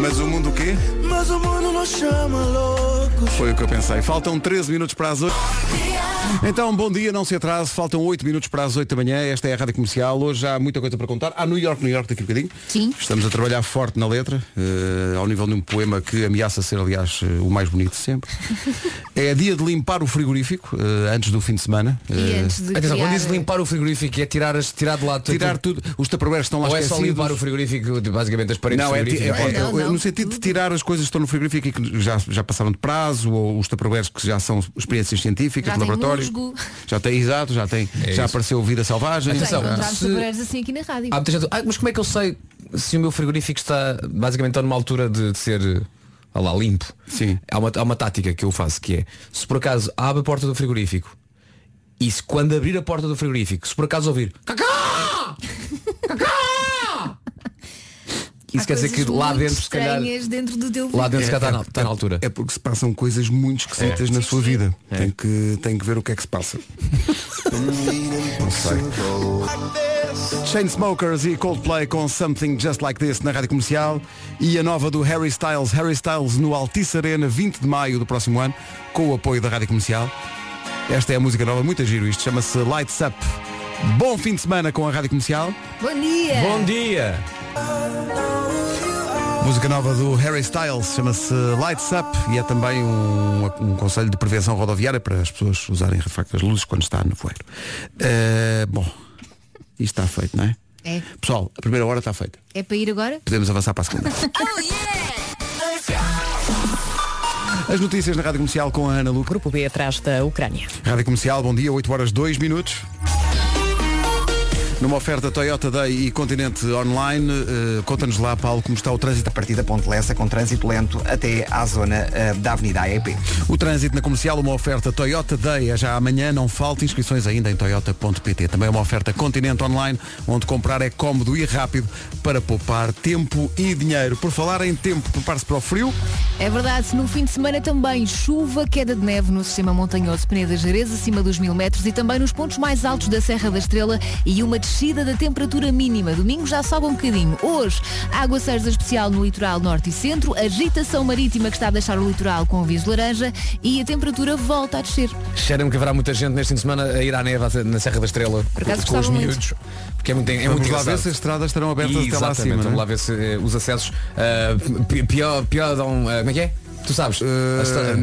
A: Mas o mundo o quê?
M: Uh!
N: Mas o mundo não chama louco.
A: Foi o que eu pensei. Faltam 13 minutos para as 8. Então, bom dia, não se atrase. Faltam 8 minutos para as 8 da manhã. Esta é a Rádio Comercial. Hoje há muita coisa para contar. Há New York, New York daqui a bocadinho.
D: Sim.
A: Estamos a trabalhar forte na letra, eh, ao nível de um poema que ameaça ser, aliás, eh, o mais bonito de sempre. *laughs* é dia de limpar o frigorífico, eh, antes do fim de semana. Eh,
M: Atenção, quando diz limpar o frigorífico é tirar, as, tirar de lá tudo.
A: Tirar tudo. Os taparoeiros estão lá
M: Ou é só
A: esquecidos.
M: limpar o frigorífico, basicamente as paredes
A: Não,
M: do
A: é, ti- é,
M: frigorífico.
A: é- é- no sentido de tirar as coisas que estão no frigorífico e que já, já passaram de prazo, ou os taparoeiros que já são experiências científicas,
D: Já
A: de
D: tem
A: laboratório.
D: musgo.
A: Já tem, exato, já tem. já apareceu vida
M: Ah,
A: selvagem.
D: Já
A: já-
D: encontramos se... assim aqui na rádio.
M: Há muita gente, "Ah, mas como é que eu sei se o meu frigorífico está basicamente está numa altura de, de ser ah lá, limpo?
A: Sim.
M: Há uma, há uma tática que eu faço que é, se por acaso abre a porta do frigorífico e se quando abrir a porta do frigorífico, se por acaso ouvir Cacá! Cacá! Isso
D: Há
M: quer dizer que
D: coisas
M: lá
D: muito
M: dentro se calhar
D: estranhas dentro do teu
M: lá dentro se
D: vídeo.
M: calhar está, na, está na altura.
A: É porque se passam coisas muito esquisitas na sua vida. Tem, que, tem que ver o que é que se passa. Não sei. Chainsmokers e Coldplay com Something Just Like This na Rádio Comercial e a nova do Harry Styles, Harry Styles no Altice Arena, 20 de maio do próximo ano, com o apoio da Rádio Comercial. Esta é a música nova, muito giro isto, chama-se Lights Up. Bom fim de semana com a Rádio Comercial.
D: Bom dia!
M: Bom dia!
A: Música nova do Harry Styles chama-se Lights Up e é também um, um conselho de prevenção rodoviária para as pessoas usarem de facto as luzes quando está no voeiro. Eh, bom, isto está feito, não é?
D: É,
A: Pessoal, a primeira hora está feita.
D: é para ir agora?
A: *laughs* Podemos avançar para a segunda. As notícias na Rádio Comercial com a Ana Lu.
S: Grupo B atrás da Ucrânia.
A: Rádio Comercial, bom dia, 8 horas 2 minutos. Numa oferta Toyota Day e Continente Online, eh, conta-nos lá, Paulo, como está o trânsito.
C: A partir da Ponte Lessa, com trânsito lento até à zona eh, da Avenida AEP.
A: O trânsito na comercial, uma oferta Toyota Day é já amanhã, não falta inscrições ainda em toyota.pt. Também é uma oferta Continente Online, onde comprar é cómodo e rápido para poupar tempo e dinheiro. Por falar em tempo, prepare-se para o frio.
D: É verdade, no fim de semana também chuva, queda de neve no sistema montanhoso Peneda Jerez, acima dos mil metros e também nos pontos mais altos da Serra da Estrela e uma descida descida da temperatura mínima. Domingo já sobe um bocadinho. Hoje, água cerza especial no litoral norte e centro, agitação marítima que está a deixar o litoral com o aviso laranja e a temperatura volta a descer.
M: Cheira-me que haverá muita gente neste fim de semana a ir à neve à- na Serra da Estrela
D: acaso
M: com os
D: gostava muito.
M: miúdos. Porque é muito, é
A: Vamos
M: muito
A: lá
M: engraçado.
A: ver se as estradas estarão abertas até lá
M: Exatamente,
A: acima, não é?
M: Vamos lá ver se eh, os acessos eh, pi- pior, pior dão. eh, como é que é? Tu sabes?
A: Eh, Ah,
M: A estra-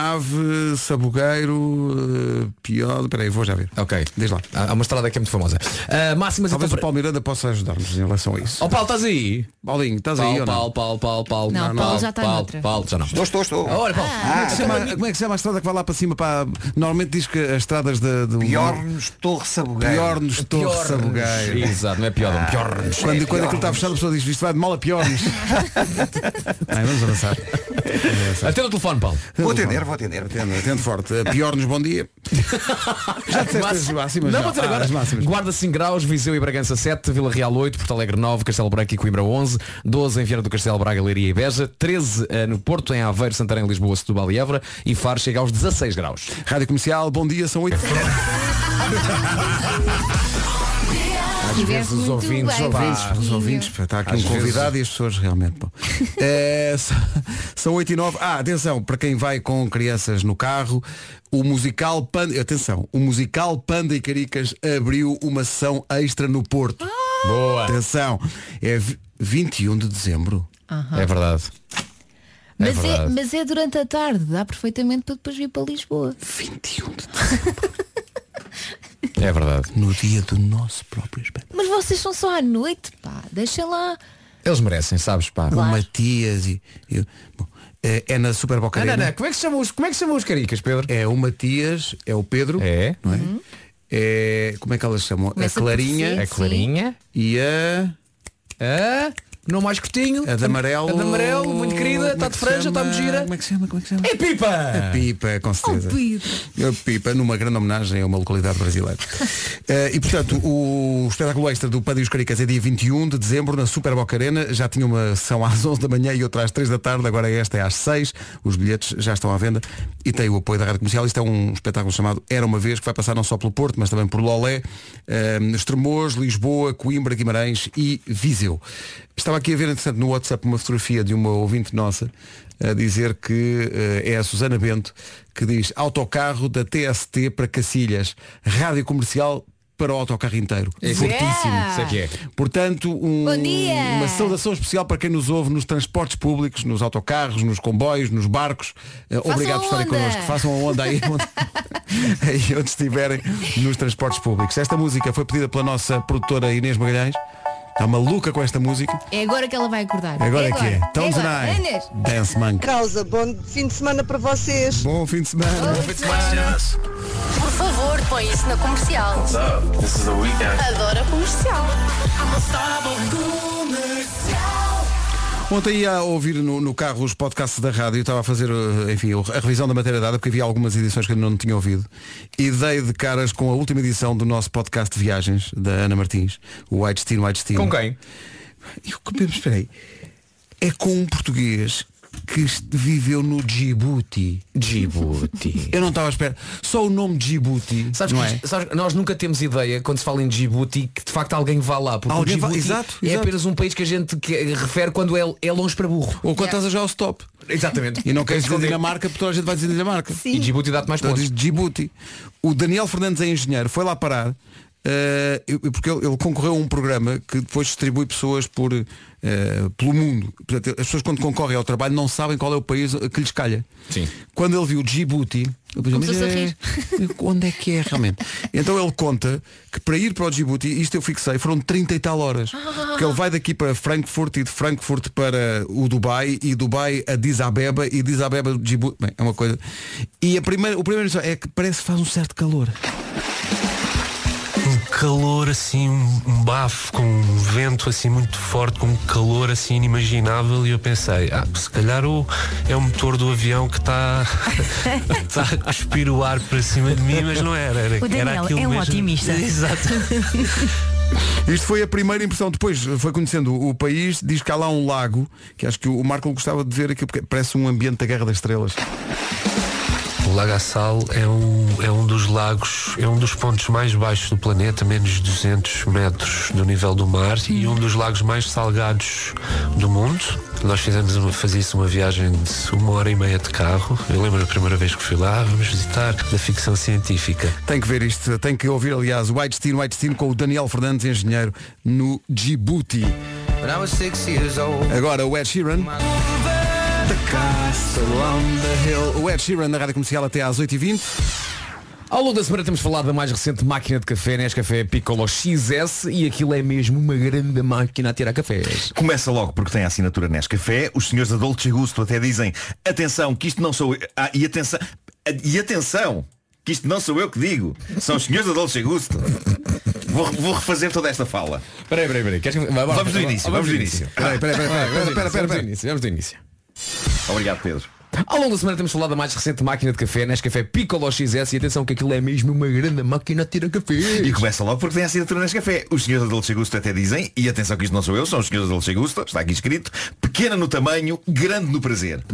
A: nave, sabugueiro, uh, pior. Peraí, vou já ver.
M: Ok.
A: Diz lá.
M: Há há uma estrada que é muito famosa.
A: Ah,
M: Uh, máximas
A: Talvez o Paulo Miranda possa ajudar-nos em relação a isso.
M: Ó Paulo, estás aí?
A: Paulinho, estás
M: Paulo,
A: aí ou não?
M: Paulo, Paulo, Paulo, Paulo.
A: Não, Paulo já tá está
M: Paulo,
A: noutra.
M: Paulo, já não.
A: Estou, estou, estou.
M: Olha, Paulo.
A: como, é que se chama, como é que se chama a estrada que vai lá para cima? Para... Normalmente diz que as estradas de, do...
C: Piornos Torre Sabugueiro.
A: Piornos Torre
M: Piornos.
A: Sabugueiro. Ah,
M: Exato, não é pior, não. Piornos.
A: Quando,
M: É
A: quando aquilo está
M: piornos.
A: fechado, a pessoa diz, isto vai de mal a *laughs* piornos. Ai, vamos avançar.
M: Atenda o telefone, Paulo.
C: Vou atender, vou atender.
A: Atende, atende forte. Uh, Piornos, bom dia. Já disseste as máximas?
M: Não, vou dizer
A: Ah,
M: agora.
A: as máximas.
M: Guarda 5 graus, Viseu e Bragança 7, Vila Real 8, Porto Alegre 9, Castelo Branco e Coimbra 11, 12 em Viana do Castelo, Braga, Leiria e Beja, 13 eh, no Porto, em Aveiro, Santarém, Lisboa, Setúbal e Évora e Faro chega aos 16 graus.
A: Rádio Comercial, bom dia, são 8.
N: Às
A: vezes os ouvintes, pá, os ouvintes, pá, está aqui
M: Ah, Às
A: um
M: vezes-
A: convidado e as pessoas realmente. bom. É, s- *laughs* são 8 e 9. Ah, atenção, para quem vai com crianças no carro, o musical Panda. Atenção, o musical Panda e Caricas abriu uma sessão extra no Porto.
M: Boa!
A: Atenção, é vi- 21 de dezembro. É
D: Aham.
M: verdade.
D: Mas é, mas é durante a tarde, dá perfeitamente para depois vir para Lisboa.
A: 21
D: *laughs*
A: de
M: É verdade.
A: No dia do nosso próprio espetáculo.
D: Mas vocês são só à noite, pá, deixem lá.
M: Eles merecem, sabes, pá.
A: O Matias e. e- bom, é, é na Super Boca
M: Não, não,
A: Arena.
M: não. Como é que se chamam os, como é que se chamam os caricas, Pedro?
A: É o Matias, é o Pedro.
M: É.
A: Não é? É- como é que elas se chamam?
M: Começa
A: a
M: por
A: Clarinha.
M: si, A Clarinha.
A: E a.
M: A. Não mais curtinho.
A: A de amarelo.
M: A de amarelo, muito querida, está de franja, está muito gira. Como
A: é que se é chama? Como é que se chama?
M: É
A: A
M: pipa!
A: Pipa, com certeza.
D: Pedro.
A: A Pipa, numa grande homenagem a uma localidade brasileira. Eh, e portanto, o espetáculo extra do Padre e os Caricas é dia 21 de dezembro na Super Boca Arena. Já tinha uma sessão às 11 da manhã e outra às 3 da tarde, agora esta é às 6. Os bilhetes já estão à venda e tem o apoio da Rádio Comercial. Isto é um espetáculo chamado Era uma Vez, que vai passar não só pelo Porto, mas também por Lolé, eh, Estremoz, Lisboa, Coimbra, Guimarães e Viseu. Estava aqui a ver, entretanto, no WhatsApp uma fotografia de uma ouvinte nossa a dizer que eh, é a Susana Bento que diz autocarro da TST para Cacilhas, rádio comercial para o autocarro inteiro.
M: É isso.
A: Fortíssimo.
M: Yeah. Isso é que é.
A: Portanto, um-
M: Bom dia.
A: uma saudação especial para quem nos ouve nos transportes públicos, nos autocarros, nos comboios, nos barcos. Eh,
N: Façam
A: Obrigado por
N: a
A: estarem
N: onda.
A: connosco. Façam a onda aí onde, aí onde estiverem nos transportes públicos. Esta música foi pedida pela nossa produtora Inês Magalhães. Está maluca com esta música.
D: É agora que ela vai acordar.
A: Agora é que é. Tom
D: agora.
A: Zanai.
D: Inês.
A: Dance Monkey.
K: Causa, bom fim de semana para vocês.
A: Bom fim de semana.
K: Bom fim de semana.
S: Por favor, põe isso na comercial.
N: This is the weekend.
S: Adoro a comercial.
A: Ontem ia a ouvir no, no carro os podcasts da rádio, estava a fazer eh, enfim, a revisão da matéria dada, porque havia algumas edições que eu não tinha ouvido, e dei de caras com a última edição do nosso podcast de viagens, da Ana Martins, o White Steam, White Steam.
M: Com quem?
A: Eu, mas espera aí. é com um português que est- viveu no Djibouti.
M: Djibouti.
A: Eu não estava à espera. Só o nome Djibouti.
M: Sabes,
A: não
M: que-
A: é?
M: sabes que nós nunca temos ideia, quando se fala em Djibouti, que de facto alguém vá lá. Porque
A: Alguém
M: o
A: vai-
M: Djibouti
A: exato,
M: é
A: exato.
M: apenas um país que a gente que- refere quando é, é longe para burro.
A: Ou quando estás a jogar o stop.
M: Exatamente.
A: E
M: *laughs*
A: não queres dizer Dinamarca, porque toda a gente vai dizer Dinamarca.
M: E Djibouti dá-te mais
A: Então
M: pontos.
A: diz Djibouti. O Daniel Fernandes é engenheiro, foi lá parar, eh, eu- porque ele, ele concorreu a um programa que depois distribui pessoas por, eh, pelo mundo. Portanto, as pessoas quando concorrem ao trabalho não sabem qual é o país que lhes calha.
M: Sim.
A: Quando ele viu Djibouti, eu pensei,
N: Começou a
A: "Mas é-
N: rir."
A: onde é que é realmente? Então ele conta que para ir para o Djibouti, isto eu fixei, foram 30 e tal horas. Porque ele vai daqui para Frankfurt e de Frankfurt para o Dubai e Dubai a Addis Abeba e Addis Abeba Djibouti. Bem, é uma coisa. E a primeira, o primeiro é que parece que faz um certo calor.
Q: um calor assim, um um bafo, com um vento assim muito forte, com um calor assim inimaginável e eu pensei, ah, se calhar o, é o motor do avião que está *laughs* está a cuspir o ar para cima de mim, mas não era, era,
T: O
Q: era
T: Daniel
Q: aquilo
T: é um
Q: mesmo.
D: *laughs*
T: otimista.
Q: Exato.
A: Isto foi a primeira impressão. Depois foi conhecendo o país, diz que há lá um lago, que acho que o Marco gostava de ver aqui, porque parece um ambiente da Guerra das Estrelas.
Q: Lagaçal é um, é um dos lagos, é um dos pontos mais baixos do planeta, menos 200 metros do nível do mar e um dos lagos mais salgados do mundo. Nós fizemos uma, fazia-se uma viagem de uma hora e meia de carro. Eu lembro a primeira vez que fui lá, vamos visitar da ficção científica.
A: Tem que ver isto, tem que ouvir, aliás, o White Steam, White Steam com o Daniel Fernandes, engenheiro, no Djibouti. Agora o Ed Sheeran. The Castle on the Hill. O Ed Sheeran na rádio comercial até às 8h20.
M: Ao longo da semana temos falado da mais recente máquina de café, Nescafé Piccolo XS, e aquilo é mesmo uma grande máquina a tirar cafés.
T: Começa logo porque tem a assinatura Nescafé. Os senhores da Dolce Gusto até dizem atenção, que isto não sou eu. Ah, e atenção, e atenção, que isto não sou eu que digo. São os senhores da Dolce Gusto. Vou, vou refazer toda esta fala.
M: Peraí, peraí, peraí. Queres que- vai, vai,
T: Vamos do
M: vai,
T: início,
M: vai,
T: vamos do início.
M: Peraí, peraí, peraí,
T: Vai,
M: peraí,
T: vamos do
M: peraí,
T: início,
M: peraí,
T: vamos do
M: peraí, início, vamos do início.
T: Obrigado, Pedro.
M: Ao longo da semana temos falado da mais recente máquina de café, Nescafé Piccolo XS, e atenção que aquilo é mesmo uma grande máquina a tirar cafés.
T: E começa logo porque tem a assinatura Nescafé. Os senhores da Dolce Gusto até dizem, e atenção que isto não sou eu, são os senhores da Dolce Gusto, está aqui escrito, pequena no tamanho, grande no prazer.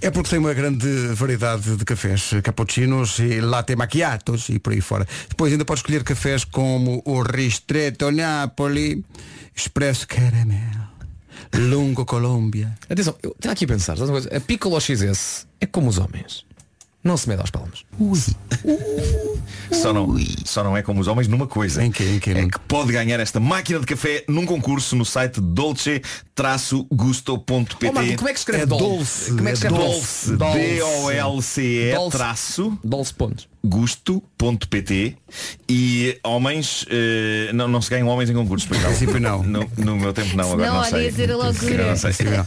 A: É porque tem uma grande variedade de cafés, cappuccinos e latte macchiatos e por aí fora. Depois ainda pode escolher cafés como o Ristretto Napoli, Espresso Caramel, Lungo Colômbia.
M: Atenção, eu estava aqui a pensar, sabes uma coisa? a Piccolo XS é como os homens. Não se mede aos palmos.
T: Só não, só não é como os homens numa coisa. É que pode ganhar esta máquina de café num concurso no site dolce-gusto.pt.
M: Oh, Marco, como é que escreve Dol- como é que escreve
T: Dolce?
M: Dol-
T: D-O-L-C-E
M: Dolce.
T: traço
M: Dolce pontos.
T: gusto.pt e homens eh, não, não se ganham homens em concursos pois não.
A: princípio, não.
T: No, no meu tempo não,
A: Se
T: agora
A: não,
T: não
A: olha,
T: sei.
A: ia dizer
T: Se
A: a loucura.
T: calhar não sei.
A: Sim, senhor.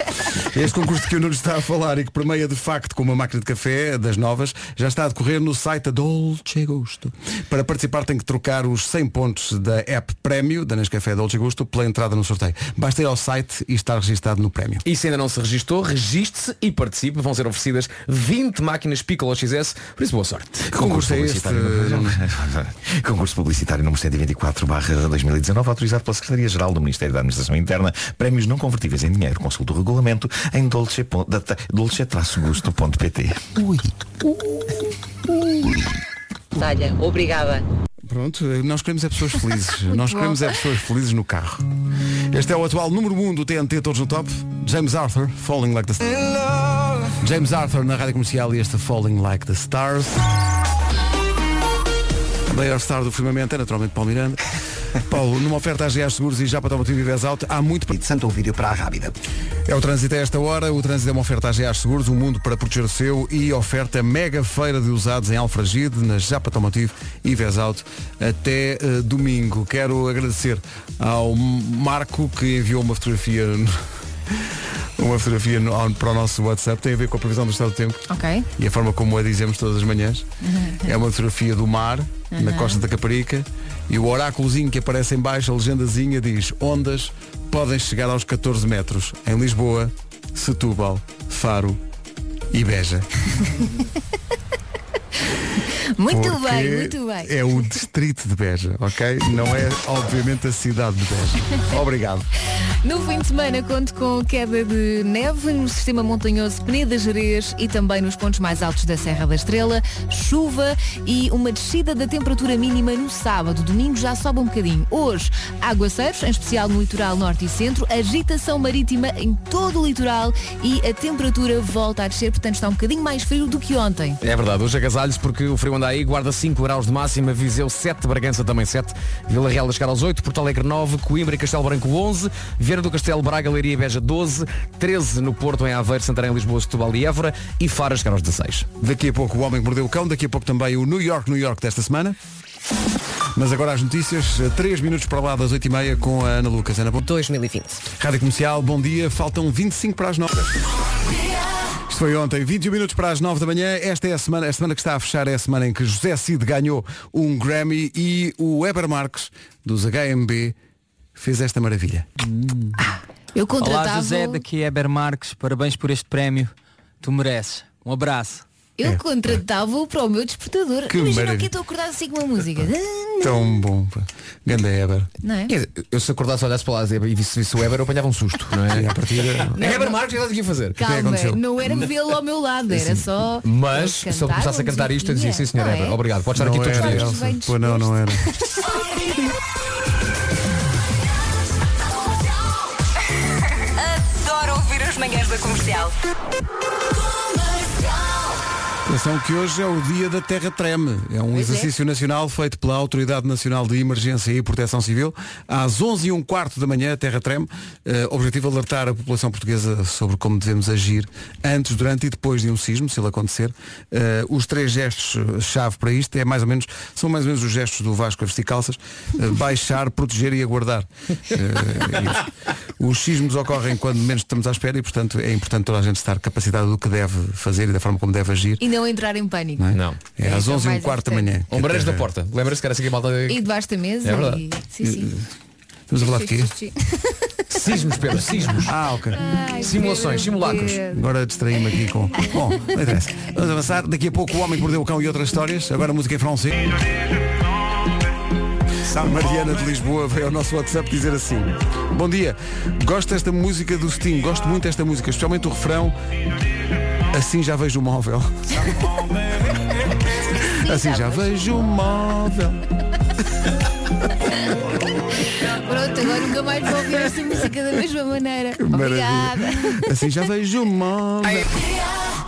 A: *laughs* Este concurso que o Nuno está a falar e que permeia de facto com uma máquina de café das novas já está a decorrer no site da Dolce Gusto. Para participar tem que trocar os 100 pontos da app Prémio da Nescafé Dolce Gusto pela entrada no sorteio. Basta ir ao site e estar registado no prémio.
M: E se ainda não se registou, registe-se e participe. Vão ser oferecidas 20 máquinas Piccolo XS. Por isso, boa sorte. é
T: é publicitário- *laughs* Concurso publicitário número 124 barra 2019 autorizado pela Secretaria-Geral do Ministério da Administração Interna prémios não convertíveis em dinheiro consulta o regulamento em dolce pon- da- da- dolce-gusto.pt
K: Talha, obrigada.
A: Pronto, nós queremos é pessoas felizes.
K: *laughs* Muito
A: nós
K: bom.
A: queremos é pessoas felizes no carro. Este é o atual número 1 do TNT Todos no Top. James Arthur, Falling Like the Stars. James Arthur na rádio comercial e este Falling Like the Stars. A maior star do firmamento é naturalmente Paulo
C: *laughs*
A: Miranda. Paulo, numa oferta AGA Seguros e já para Automotivo e Vez Alto, há muito... E de
C: Santo Ovídio para a Rábida.
A: É o trânsito a esta hora. O trânsito é uma oferta AGA Seguros, o mundo para proteger o seu e oferta mega feira de usados em Alfragide, na Japa Automotivo e Vez Alto, até eh, domingo. Quero agradecer ao Marco que enviou uma fotografia... no- Uma fotografia no- *laughs* para o nosso WhatsApp tem a ver com a previsão do estado do tempo
D: Ok.
A: e a forma como a dizemos todas as manhãs. É uma fotografia do mar, na
D: Uhum.
A: costa da Caparica, e o oráculozinho que aparece em baixo, a legendazinha diz ondas podem chegar aos 14 metros em Lisboa, Setúbal, Faro e Beja.
D: Muito
A: Porque
D: bem, muito bem.
A: É o distrito de Beja, ok? Não é, obviamente, a cidade de
D: *laughs*
A: Beja. Obrigado.
D: No fim de semana conto com queda de neve no sistema montanhoso Peneda Gerês e também nos pontos mais altos da Serra da Estrela, chuva e uma descida da temperatura mínima no sábado. Domingo já sobe um bocadinho. Hoje, aguaceiros, em especial no litoral norte e centro, agitação marítima em todo o litoral e a temperatura volta a descer, portanto está um bocadinho mais frio do que ontem.
M: É verdade, hoje agasalhos porque o frio anda aí, guarda 5 graus de máxima, Viseu 7, Bragança também 7, Vila Real a chegar aos 8, Porto Alegre 9, Coimbra e Castelo Branco 11, Vieira do Castelo, Braga, Leiria e Beja 12, 13 no Porto, em Aveiro, Santarém, Lisboa, Setúbal e Évora e Faro a chegar aos 16.
A: Daqui a pouco o Homem que Mordeu o Cão, daqui a pouco também o New York, New York desta semana. Mas agora as notícias, 3 minutos para lá das 8h30 com a Ana Lucas. Ana, bom...
U: 2020.
A: Rádio Comercial, bom dia, faltam 25 para as 9. Isto foi ontem, 20 minutos para as 9 da manhã. Esta é a semana, a semana que está a fechar é a semana em que José Cid ganhou um Grammy e o Weber Marques, dos HMB, fez esta maravilha.
D: Eu contratava...
V: Olá José, daqui é Ber Marques, parabéns por este prémio. Tu mereces. Um abraço.
D: Eu
A: É.
D: contratava-o para o meu despertador.
A: Que
D: Imagina
A: maravilha.
D: que eu estou acordado assim com uma música.
A: Tão bom. pá. Ganda Eber.
D: Não é?
M: Eu se acordasse, olhasse para lá e visse, visse o Weber, eu apanhava um susto, não é? a partir
D: Não,
M: Weber
D: não.
M: Marques, o que estás aqui a fazer?
A: é
D: Calma, não era vê-lo ao meu lado, era só.
M: Mas
D: eles
M: se eu começasse a
D: cantaram,
M: cantar isto, eu dizia,
D: musiquinha,
M: sim senhor
D: não
M: Weber,
D: é?
M: obrigado. Pode estar aqui todos os
A: era,
M: dias.
A: Elsa. Pô, não, não era.
S: Adoro ouvir as manhãs da comercial.
A: Atenção que hoje é o dia da Terra Treme. É um exercício nacional feito pela Autoridade Nacional de Emergência e Proteção Civil. Às 11 e um quarto da manhã, a Terra Treme. Eh, objetivo alertar a população portuguesa sobre como devemos agir antes, durante e depois de um sismo, se ele acontecer. Eh, os três gestos-chave para isto é mais ou menos, são mais ou menos os gestos do Vasco a vestir calças. Eh, baixar, proteger e aguardar. Eh, Os sismos ocorrem quando menos estamos à espera e, portanto, é importante toda a gente estar capacitada do que deve fazer e da forma como deve agir.
D: E não entrar em pânico.
A: Não. É, É às
D: Isso é o
A: 11 h
D: mais
A: 15 da manhã.
M: Ombreiros
A: Que
M: da
A: até-
M: porta. Lembra-se que era assim que a malta...
D: E debaixo da mesa.
M: É verdade.
D: e- Sim, sim.
A: Estamos a falar de quê?
D: Sim.
M: Sismos, Pedro, sismos.
A: Ah, ok.
D: Ai,
M: Simulações,
D: Pedro,
M: simulacros.
D: Pedro.
A: Agora distraí-me aqui com. Bom, não interessa. Vamos avançar. Daqui a pouco o homem que mordeu o cão e outras histórias. Agora a música é francesa. A Mariana de Lisboa veio ao nosso WhatsApp dizer assim Bom dia, gosto desta música do Sting, gosto muito desta música, especialmente o refrão Assim já vejo o móvel Assim já vejo o móvel
D: Pronto, agora nunca mais vou ouvir esta música da mesma maneira. Obrigada.
A: *laughs* Maravilha. Assim já vejo o móvel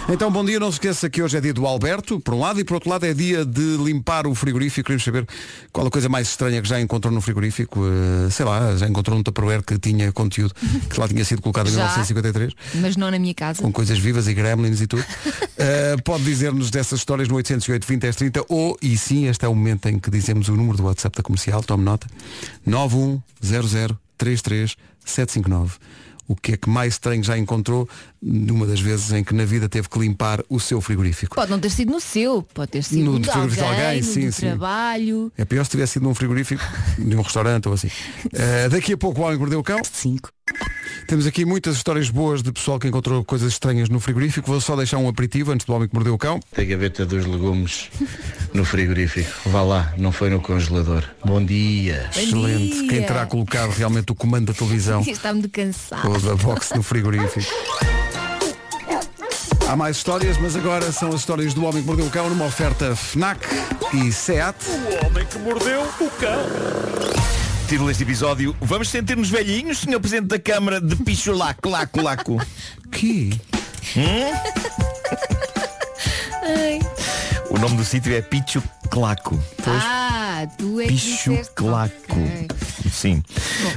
A: Então, bom dia. Não se esqueça que hoje é dia do Alberto, por um lado, e por outro lado é dia de limpar o frigorífico. Queremos saber qual a coisa mais estranha que já encontrou no frigorífico. Eh, sei lá, já encontrou um tupperware que tinha conteúdo que lá tinha sido colocado em
D: Já.
A: 1953,
D: Mas não na minha casa.
A: com coisas vivas e gremlins e tudo. Eh, pode dizer-nos dessas histórias no 808 20 10 30 ou, e sim, este é o momento em que dizemos o número do WhatsApp da comercial, tome nota, 910033759. O que é que mais estranho já encontrou numa das vezes em que na vida teve que limpar o seu frigorífico?
D: Pode não ter sido no seu, pode ter sido
A: No
D: no
A: de
D: de
A: ter
D: alguém,
A: visto alguém,
D: no
A: sim,
D: do
A: sim.
D: trabalho.
A: É pior se tivesse sido num frigorífico, de um restaurante ou assim. Eh, daqui a pouco o homem que mordeu o cão.
S: Cinco.
A: Temos aqui muitas histórias boas de pessoal que encontrou coisas estranhas no frigorífico. Vou só deixar um aperitivo antes do homem que mordeu o cão.
U: Da gaveta dos legumes no frigorífico. Vá lá, não foi no congelador. Bom dia.
D: Bom
A: Excelente.
D: dia.
A: Quem terá colocado realmente o comando da
D: *laughs*
A: televisão
D: Está-me cansado.
A: ou da box no frigorífico? Há mais histórias, mas agora são as histórias do homem que mordeu o cão numa oferta FNAC e SEAT.
N: O homem que mordeu o cão.
T: Título deste episódio, vamos sentir-nos velhinhos, senhor Presidente da Câmara de Pichulaco, laco, laco.
A: Que?
T: Hum?
D: Ai.
T: O nome do sítio é Pichuclaco.
D: Ah, tu é que disseste.
T: Pichuclaco.
D: Ok.
T: Sim.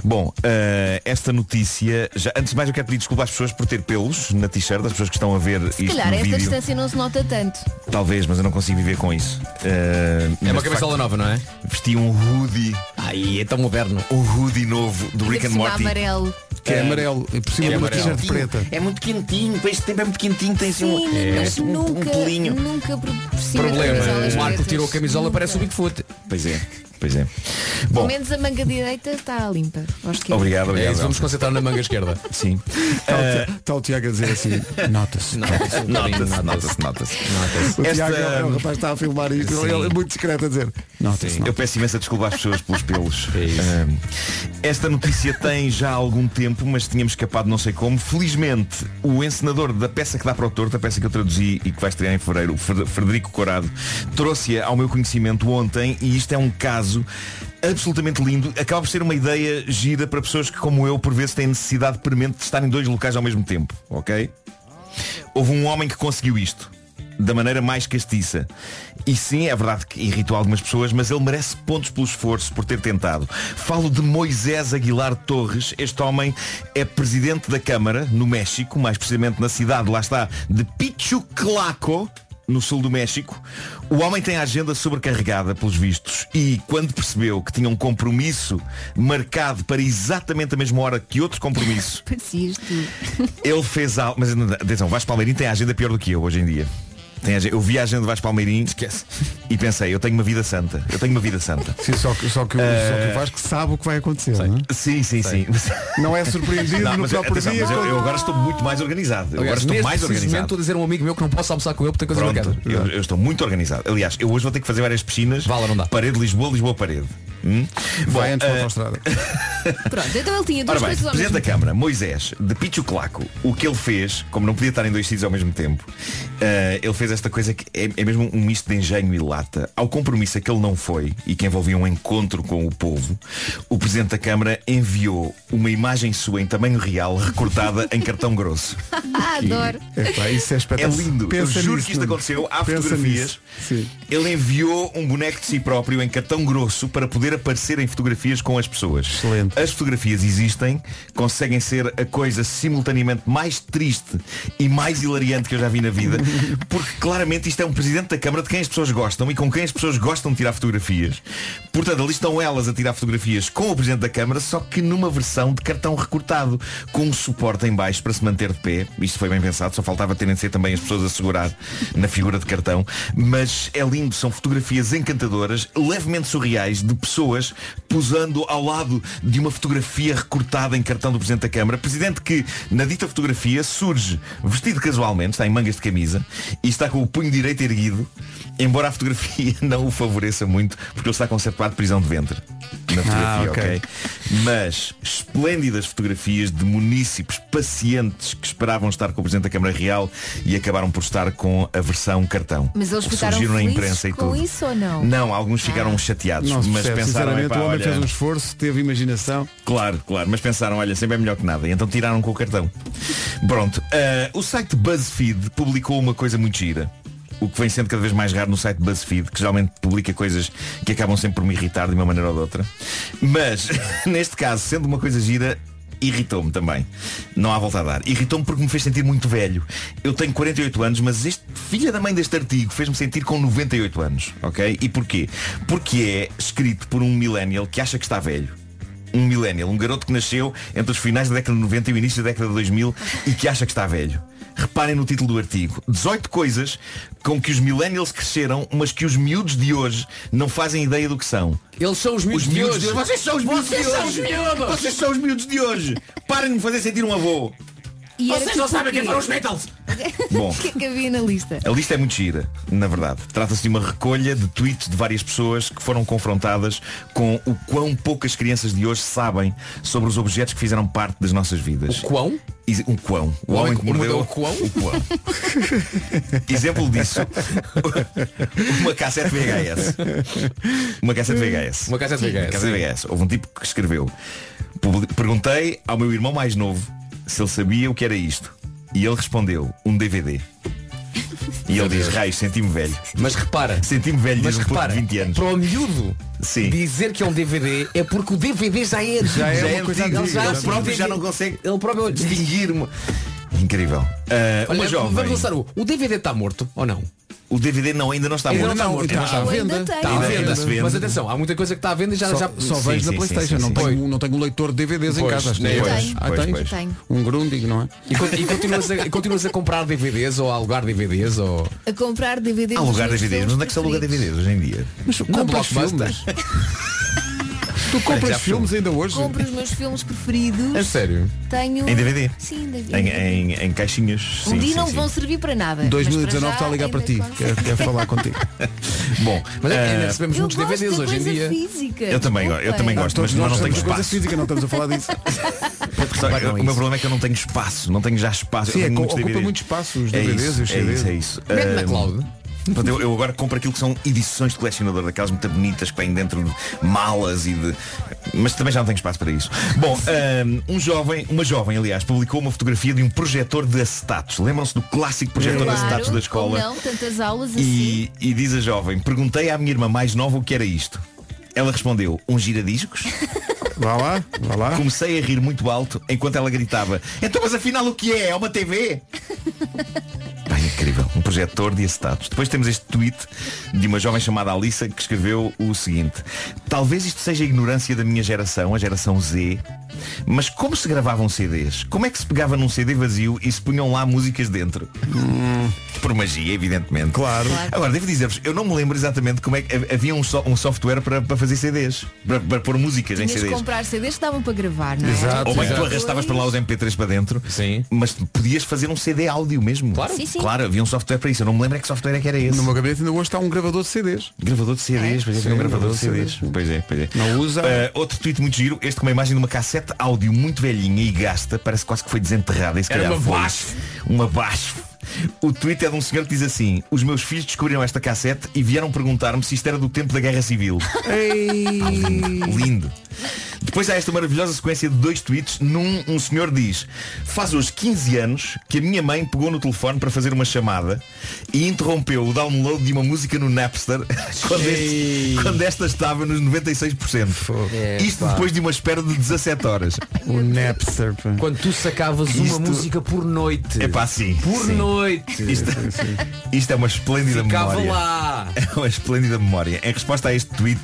T: Bom, eh, esta notícia, já, antes de mais eu quero pedir desculpa às pessoas por ter pelos na t-shirt, as pessoas que estão a ver
D: Se
T: isto
D: calhar
T: no
D: esta
T: vídeo.
D: distância não se nota tanto.
T: Talvez, mas eu não consigo viver com isso. Eh, mas, de
M: camisola
T: facto,
M: É nova, não é?
T: Vesti um hoodie.
M: Ai, é tão moderno.
T: Um hoodie novo do Rick and
D: Ainda por cima
T: Morty.
D: amarelo.
A: Que é amarelo, e por cima
T: É
A: de uma
T: amarelo.
A: t-shirt preta.
T: É muito quentinho, para este tempo é muito quentinho, tem assim
D: Sim,
T: um, é,
D: mas
T: um, um
D: nunca,
T: pelinho.
D: nunca por, por cima de
M: Problema.
D: camisolas
M: O Marco
D: pretas.
M: tirou a camisola, parece o Bigfoot.
T: Pois é, pois é.
D: Pelo
T: Bom,
D: menos a manga direita está limpa. Acho que é.
T: obrigado, obrigado.
M: É isso, vamos
T: Elsa.
M: concentrar na manga esquerda.
T: *laughs* Sim. Eh,
A: Está o Ti- Está o Tiago a dizer assim, nota-se.
T: Nota-se, nota-se, nota-se, nota-se.
A: O
T: Esta-
A: Tiago é o rapaz que está a filmar isto.
T: Sim.
A: Ele é muito discreto a dizer. Nota-se, É
T: Eu peço imensa desculpa às pessoas pelos
A: *laughs*
T: pelos. Ahm, esta notícia tem já algum tempo, mas tínhamos escapado não sei como. Felizmente, o encenador da peça que dá para o torto, a peça que eu traduzi e que vai estrear em fevereiro, o Fer- Frederico Corado, trouxe-a ao meu conhecimento ontem e isto é um caso absolutamente lindo. Acaba por ser uma ideia gira para pessoas que, como eu, por vezes têm necessidade premente de estar em dois locais ao mesmo tempo, ok? Houve um homem que conseguiu isto da maneira mais castiça. E sim, é verdade que irritou algumas pessoas, mas ele merece pontos pelo esforço por ter tentado. Falo de Moisés Aguilar Torres. Este homem é presidente da Câmara no México, mais precisamente na cidade, lá está, de Pichuclaco, no sul do México. O homem tem a agenda sobrecarregada, pelos vistos, e quando percebeu que tinha um compromisso marcado para exatamente a mesma hora que outro compromisso,
D: Parecias tu.
T: ele fez algo. Mas atenção, Vasco Palmeirinho tem a agenda pior do que eu hoje em dia. Tem a- eu vi a agenda do Vasco Palmeirim e pensei, eu tenho uma vida santa. Eu tenho uma vida santa.
A: Sim, só, que- só, que, o-
T: Eh,
A: só que o Vasco sabe o que vai acontecer, não é?
T: Sim, sim, sim.
A: Não é surpreendido
T: Não,
A: no
T: mas,
A: próprio
T: atenção,
A: dia.
T: mas eu,
A: quando-
T: eu agora estou muito mais organizado. Eu
M: Aliás,
T: agora estou
M: neste
T: mais
M: preciso momento,
T: organizado.
M: Estou a dizer a um amigo meu que não posso almoçar com ele porque tem coisas na
T: Pronto,
M: casa.
T: eu, eu estou muito organizado. Aliás, eu hoje vou ter que fazer várias piscinas. Vala, não dá. Parede Lisboa, Lisboa parede. Hum? Vai antes para a *laughs* autostrada.
D: Pronto, então ele tinha
T: Ora
D: duas
T: bem,
D: coisas ao mesmo
T: Presidente da Câmara, Moisés, de Picho Claco, o que ele fez, como não podia estar em dois sítios ao mesmo tempo, eh, ele fez esta coisa que é, é mesmo um misto de engenho e lata. Ao compromisso a que ele não foi e que envolvia um encontro com o povo, o Presidente da Câmara enviou uma imagem sua em tamanho real, recortada em cartão grosso.
D: *laughs* Ah, Adoro.
A: Epá, isso é espetacular.
T: É lindo.
A: Pensa
T: Eu juro
A: nisso,
T: que isto
A: Nuno.
T: aconteceu. Há
A: Pensa
T: fotografias.
A: nisso. Sim.
T: Ele enviou um boneco de si próprio em cartão grosso para poder aparecer em fotografias com as pessoas. Excelente. As fotografias existem, conseguem ser a coisa simultaneamente mais triste e mais hilariante que eu já vi na
A: *laughs*
T: vida, porque claramente isto é um presidente da Câmara de quem as pessoas gostam e com quem as pessoas gostam de tirar fotografias. Portanto, ali estão elas a tirar fotografias com o presidente da Câmara, só que numa versão de cartão recortado, com um suporte em baixo para se manter de pé. Isto foi bem pensado, só faltava terem de ser também as pessoas a segurar na figura de cartão. Mas é lindo, são fotografias encantadoras, levemente surreais, de pessoas posando ao lado de uma fotografia recortada em cartão do Presidente da Câmara. Presidente que, na dita fotografia, surge vestido casualmente, está em mangas de camisa, e está com o punho direito erguido, embora a fotografia *laughs* não o favoreça muito, porque ele está com um certo de prisão de ventre. Na fotografia,
A: Ah, ok.
T: ok? Mas esplêndidas fotografias de munícipes pacientes que esperavam estar com o Presidente da Câmara Real e acabaram por estar com a versão cartão.
D: Mas eles
T: Que
D: ficaram
T: surgiram na
D: felizes
T: imprensa e
D: com
T: tudo.
D: isso Ah. ou não?
T: Não, alguns ficaram chateados,
A: Não se
T: mas
A: percebe,
T: pensaram,
A: sinceramente,
T: "Epá,
A: o homem
T: olha,
A: fez um esforço, teve imaginação.
T: Claro, claro, mas pensaram, olha, sempre é melhor que nada. E então tiraram com o cartão. Pronto, ah, o site BuzzFeed publicou uma coisa muito gira. O que vem sendo cada vez mais raro no site BuzzFeed, que geralmente publica coisas que acabam sempre por me irritar de uma maneira ou de outra. Mas, *laughs* neste caso, sendo uma coisa gira, irritou-me também. Não há volta a dar. Irritou-me porque me fez sentir muito velho. Eu tenho 48 anos, mas este filha da mãe deste artigo fez-me sentir com 98 anos, ok? E porquê? Porque é escrito por um millennial que acha que está velho um millennial, um garoto que nasceu entre os finais da década de 90 e o início da década de 2000 e que acha que está velho. Reparem no título do artigo. 18 coisas com que os millennials cresceram, mas que os miúdos de hoje não fazem ideia do que são.
M: Eles são os miúdos, de hoje.
T: Vocês são os miúdos
M: Vocês
T: de
M: são
T: hoje.
M: os miúdos.
T: Vocês são os miúdos de hoje. Parem de me fazer sentir um avô.
D: E era
M: Vocês
D: tudo
M: não sabem
T: é
M: quem
D: porquê?
M: foram os
D: *laughs*
M: Beatles.
T: Bom.
D: O que é que havia na lista?
T: A lista é muito gira, na verdade. Trata-se de uma recolha de tweets de várias pessoas que foram confrontadas com o quão poucas crianças de hoje sabem sobre os objetos que fizeram parte das nossas vidas. O
M: quão?
T: Um quão. O, homem que mordeu
M: o quão?
T: O quão. Exemplo disso, *laughs* uma cassete VHS. Uma cassete VHS.
M: Uma cassete VHS.
T: cassete VHS. Houve um tipo que escreveu. "Publi- Perguntei ao meu irmão mais novo se ele sabia o que era isto. E ele respondeu, um DVD. E ele diz, raios, senti-me velho.
M: Mas repara.
T: Senti-me velho
M: Mas
T: desde um puto
M: repara,
T: de 20 anos.
M: para o miúdo
T: Sim.
M: dizer que é um DVD é porque o DVD já é antigo.
T: Já é uma
M: antigo.
T: coisa
M: Ele
T: antiga,
M: já-
T: exatamente.
M: o próprio já não
T: consegue.
M: Ele próprio
T: distinguir-me. Incrível. Ah, uma
M: Olha,
T: jovem-
M: vamos lançar o. O DVD está tá morto ou não?
T: O DVD não, ainda não está
M: Ainda
T: morto.
M: não está morto.
T: Ainda não está à venda.
M: Está à
T: Ainda- ainda
M: venda.
T: se vende.
M: Mas atenção, há muita coisa que está à venda e já.
A: só,
M: já...
A: só
M: Sim,
A: vejo da
M: sim, sim,
A: Playstation,
M: sim,
A: não,
M: sim.
A: Tenho, não tenho um leitor de DVDs em
M: Pois,
A: casa. acho que
M: nem eu.
A: é.
M: Tenho.
A: Ah,
M: Pois,
A: tens?
M: pois. Tenho.
A: Um Grundig, não é?
M: E, con- e continuas, a, continuas a comprar DVDs ou a alugar DVDs ou.
D: A comprar DVDs.
T: Há lugar DVDs, mas onde é que se aluga DVDs hoje em dia?
A: Mas tu compras filmes. tu compras
T: Já foi.
A: filmes ainda hoje?
D: Compro os meus filmes preferidos.
T: É sério?
D: Tenho.
T: Em DVD?
D: Sim, em DVD.
T: Em, em, em caixinhas.
D: Um
T: sim,
D: dia
T: sim,
D: não
T: sim.
D: vão servir para nada. mas para
A: 2019
D: já é
A: está a ligar para
D: ainda
A: ti. Quer, quer falar contigo.
T: *laughs* Bom,
A: Mas é que
T: eh,
A: ainda recebemos
D: Eu gosto de coisa física.
T: Eu também, go- eu também
D: Desculpem.
T: gosto, mas, mas não tenho
A: coisa
T: espaço.
A: física, não estamos a *laughs* falar disso.
T: Só- eu- o meu problema é que eu não tenho espaço, não tenho já espaço.
A: Sim,
T: eu
A: é,
T: tenho
A: co-
T: muitos
A: ocupa
T: DVDs.
A: muito espaço os
T: É
A: DVDs
T: isso,
A: e os
T: é
A: CDs.
T: isso, é isso.
A: Mete na
T: Ahm,
A: cloud.
T: portanto, eu, eu agora compro aquilo que são edições de colecionador, daquelas muito bonitas que vêm dentro de malas e de. Mas também já não tenho espaço para isso. Bom, ahm, um jovem, uma jovem, aliás, publicou uma fotografia de um projetor de acetatos. Lembram-se do clássico projetor de acetatos da escola?
D: Não, tantas aulas assim.
T: E, e diz a jovem, perguntei à minha irmã mais nova o que era isto. Ela respondeu, um giradiscos?
A: *laughs* Vá lá, vá lá.
T: Comecei a rir muito alto enquanto ela gritava, então mas afinal o que é? É uma TV? Pá, incrível, um projetor de acetatos. Depois temos este tweet de uma jovem chamada Alissa que escreveu o seguinte, talvez isto seja a ignorância da minha geração, a geração Z, Mas como se gravavam CDs? Como é que se pegava num CD vazio e se punham lá músicas dentro?
N: Hum.
T: Por magia, evidentemente. Claro. Agora, devo dizer-vos, eu não me lembro exatamente como é que havia um, so- um software para, para fazer CDs. Para, para pôr músicas em
D: Tinhas que
T: CDs.
D: comprar CDs que davam para gravar, não é?
T: Ou bem que tu arrastavas para lá os MP3 para dentro. Sim. Mas podias fazer um CD áudio mesmo. Claro.
D: Sim, sim.
T: Claro, havia um software para isso. Eu não me lembro é que software é que era esse.
A: No meu gabinete ainda hoje está um gravador de CDs.
T: Gravador de CDs, pois é,
A: Sim,
T: tem um gravador de CDs. Pois é, pois é. Não usa. outro tweet muito giro, este com uma imagem de uma cassete áudio muito velhinha e gasta, parece quase que foi desenterrada. E se
P: Era
T: calhar
P: uma
T: foi.
P: Basf.
T: Uma basf. O tweet é de um senhor que diz assim, os meus filhos descobriram esta cassete e vieram perguntar-me se isto era do tempo da Guerra Civil. Lindo. Depois há esta maravilhosa sequência de dois tweets. Num, um senhor diz Faz hoje 15 anos que a minha mãe pegou no telefone para fazer uma chamada e interrompeu o download de uma música no Napster *laughs* quando, este- quando esta estava nos 96%. Isto
M: pá.
T: depois de uma espera de 17 horas.
A: O Napster.
M: Quando tu sacavas uma música por noite.
T: É pá, sim.
M: Por
T: Sim.
M: noite.
T: Isto, isto é uma esplêndida
M: Ficava
T: memória.
M: lá.
T: *laughs* É uma esplêndida memória. Em resposta a este tweet,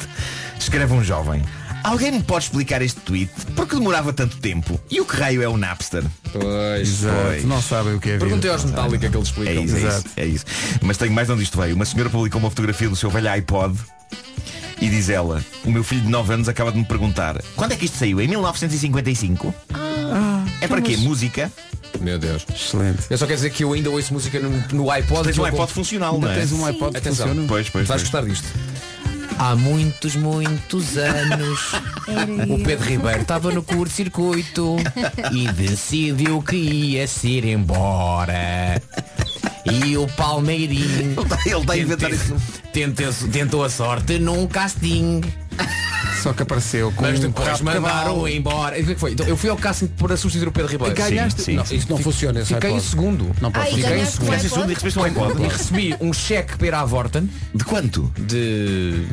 T: escreve um jovem. Alguém me pode explicar este tweet? Porque demorava tanto tempo? E o que raio é o Napster? Pois,
A: Exato. Não sabem o que é vida.
T: Perguntei
A: aos Metallica
T: que eles explicam. É isso, é isso,
A: Exato.
T: é isso. Mas tenho mais de onde isto veio. Uma senhora publicou uma fotografia do seu velho iPod e diz ela, o meu filho de 9 anos acaba de me perguntar, quando é que isto saiu? Em 1955? é para quê? Música?
M: Meu Deus.
A: Excelente.
M: Eu só quero dizer que eu ainda ouço música no, no iPod.
T: Tens
M: e
T: um
M: vou-
T: iPod funcional, não é?
M: Tens um
T: Sim.
M: iPod que
T: Atenção.
M: funciona.
T: Pois, pois,
M: Vais
T: pois.
M: gostar disto. Há muitos, muitos anos *laughs* o Pedro Ribeiro estava no curto-circuito e decidiu que ia se ir embora. E o Palmeirinho
T: ele está a inventar isso.
M: Tentou, tentou a sorte num casting.
A: Só que apareceu com
M: Mas
A: um
M: depois
A: rabo de
M: mandaram
A: cavalo.
M: embora. E o que é que foi? Então, eu fui ao casting para substituir o Pedro Ribeiro.
A: Ganhaste? Sim, sim,
M: não,
A: sim.
M: Isso não
A: Fiquei-
M: funciona. esse
A: fiquei
M: iPod.
A: em segundo. Não pode
M: Ai,
A: ser.
M: ganhaste
A: Fiquei em
M: um
A: segundo.
M: iPod?
A: Ficaste em segundo e recebeste um iPod.
M: E recebi um cheque para a Vorten.
T: De quanto?
M: De.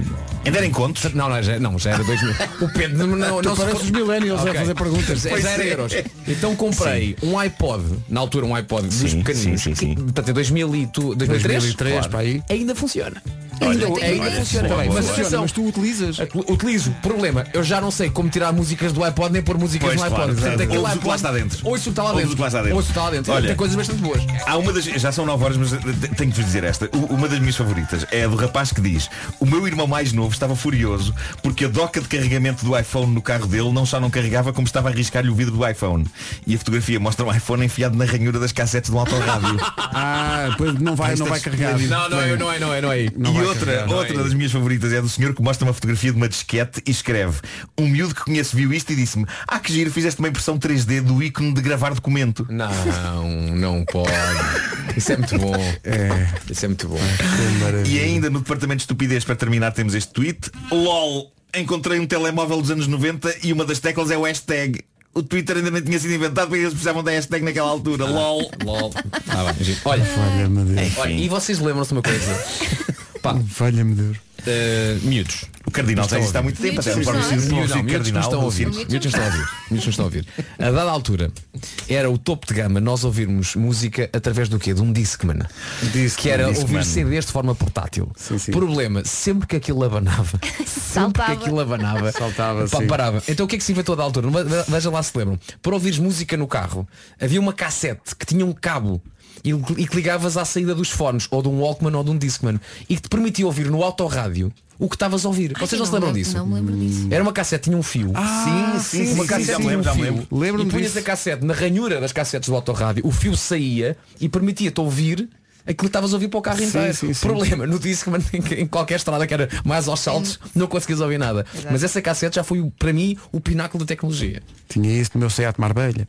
T: Ainda era em contos?
M: Não, não, já, não, já era 2000. O Pedro não, não,
A: Tu
M: não se
A: pareces
M: for-
A: os millennials a
M: Ok.
A: fazer perguntas.
M: Já,
A: Pois
M: já era
A: é.
M: euros. Então comprei um iPod, na altura um iPod dos pequeninos. Sim, sim, sim. Portanto, em 2000 e tu, 2003,
A: 2003, para aí.
M: ainda funciona.
A: Olha,
M: ainda
A: olha,
M: ainda
A: olha,
M: funciona
A: boa,
M: bem.
A: boa.
M: Mas
A: Funciona,
M: atenção,
A: mas tu utilizas.
M: Utilizo. Problema, eu já não sei como tirar músicas do iPod nem pôr músicas
T: Pois,
M: no iPod.
T: claro,
M: é Portanto,
T: exato.
M: aquele
T: Ouves o que lá
M: iPod-
T: está dentro.
M: Ouço o que está lá
T: Ouves
M: dentro.
T: o que lá está dentro.
M: Ouço o que está lá dentro.
T: Olha,
M: Tem coisas bastante boas.
T: Há uma das, já são 9 horas, mas eh, te- tenho que vos dizer esta. U- Uma das minhas favoritas é a do rapaz que diz O meu irmão mais novo estava furioso porque a doca de carregamento do iPhone no carro dele não só não carregava como estava a arriscar-lhe o vidro do iPhone. E a fotografia mostra um iPhone enfiado na ranhura das cassetes um do autorrádio. *laughs*
A: Ah, pois não vai, não vai carregar.
M: é, não é, não é.
A: Não
T: e
A: vai
T: outra,
A: carregar, não
T: outra
A: é.
T: das minhas favoritas é a do senhor que mostra uma fotografia de uma disquete e escreve Um miúdo que conheço viu isto e disse-me Ah que giro, fizeste uma impressão 3D do ícone de gravar documento.
M: Não, não pode. Isso é muito bom. Isso é muito bom.
T: E ainda no departamento de estupidez, para terminar, temos este tweet. LOL, encontrei um telemóvel dos anos 90 e uma das teclas é o hashtag. O Twitter ainda não tinha sido inventado porque eles precisavam da hashtag naquela altura. LOL.
M: LOL. Ah, bem, giro. Olha, é,
A: Valha-me Deus.
M: olha, e vocês lembram-se de uma coisa? Pá,
A: Valha-me Deus.
M: eh, miúdos.
T: O Cardinal já existe há muito tempo, até no próprio circo, no circo
M: Miúdos não
T: Cardinal,
M: estão a
T: no
M: ouvir.
T: circo.
M: Miúdos não estão a ouvir. Miúdos não estão a ouvir. A dada altura, era o topo de gama nós ouvirmos música através do quê? De um Discman. Que era
T: Discman.
M: ouvir CDs de forma portátil. Problema, sempre que aquilo abanava, sempre que
D: Saltava.
M: aquilo abanava,
A: *laughs* Saltava,
M: pá,
A: sim.
M: parava. Então o que é que se inventou a da altura? Ve- Veja lá se lembram. Para ouvires música no carro, havia uma cassete que tinha um cabo. E e que ligavas à saída dos fones, ou de um Walkman ou de um Discman, e que te permitia ouvir no autorrádio o que estavas a ouvir. Vocês não se lembram disso?
D: Não me lembro disso.
M: Era uma cassete, tinha um fio.
A: Ah, sim, sim,
M: uma
A: sim,
M: cassete tinha
A: já me lembro,
M: um
A: já me
M: fio.
A: lembro. Lembro-me
M: e punhas
A: disso.
M: a cassete na ranhura das cassetes do autorrádio, o fio saía e permitia-te ouvir aquilo que estavas a ouvir para o carro
A: Sim,
M: inteiro.
A: sim, sim.
M: Problema, no Discman, em- em qualquer estrada que era mais aos saltos, não conseguias ouvir nada. Mas essa cassete já foi, o- para mim, o pináculo da tecnologia.
A: Tinha isso no meu Seat Marbella.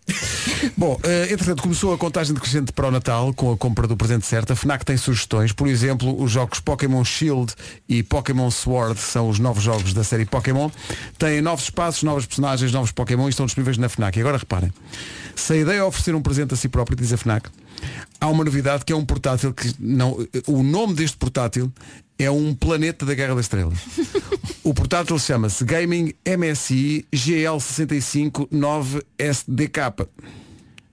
A: Bom, eh, entretanto, começou a contagem decrescente para o Natal com a compra do presente certo. A FNAC tem sugestões. Por exemplo, os jogos Pokémon Shield e Pokémon Sword são os novos jogos da série Pokémon. Têm novos espaços, novos personagens, novos Pokémon e estão disponíveis na FNAC. E agora reparem, se a ideia é oferecer um presente a si próprio, diz a FNAC, há uma novidade que é um portátil que não... O nome deste portátil é um planeta da Guerra das Estrelas. O portátil chama-se Gaming MSI GL659SDK.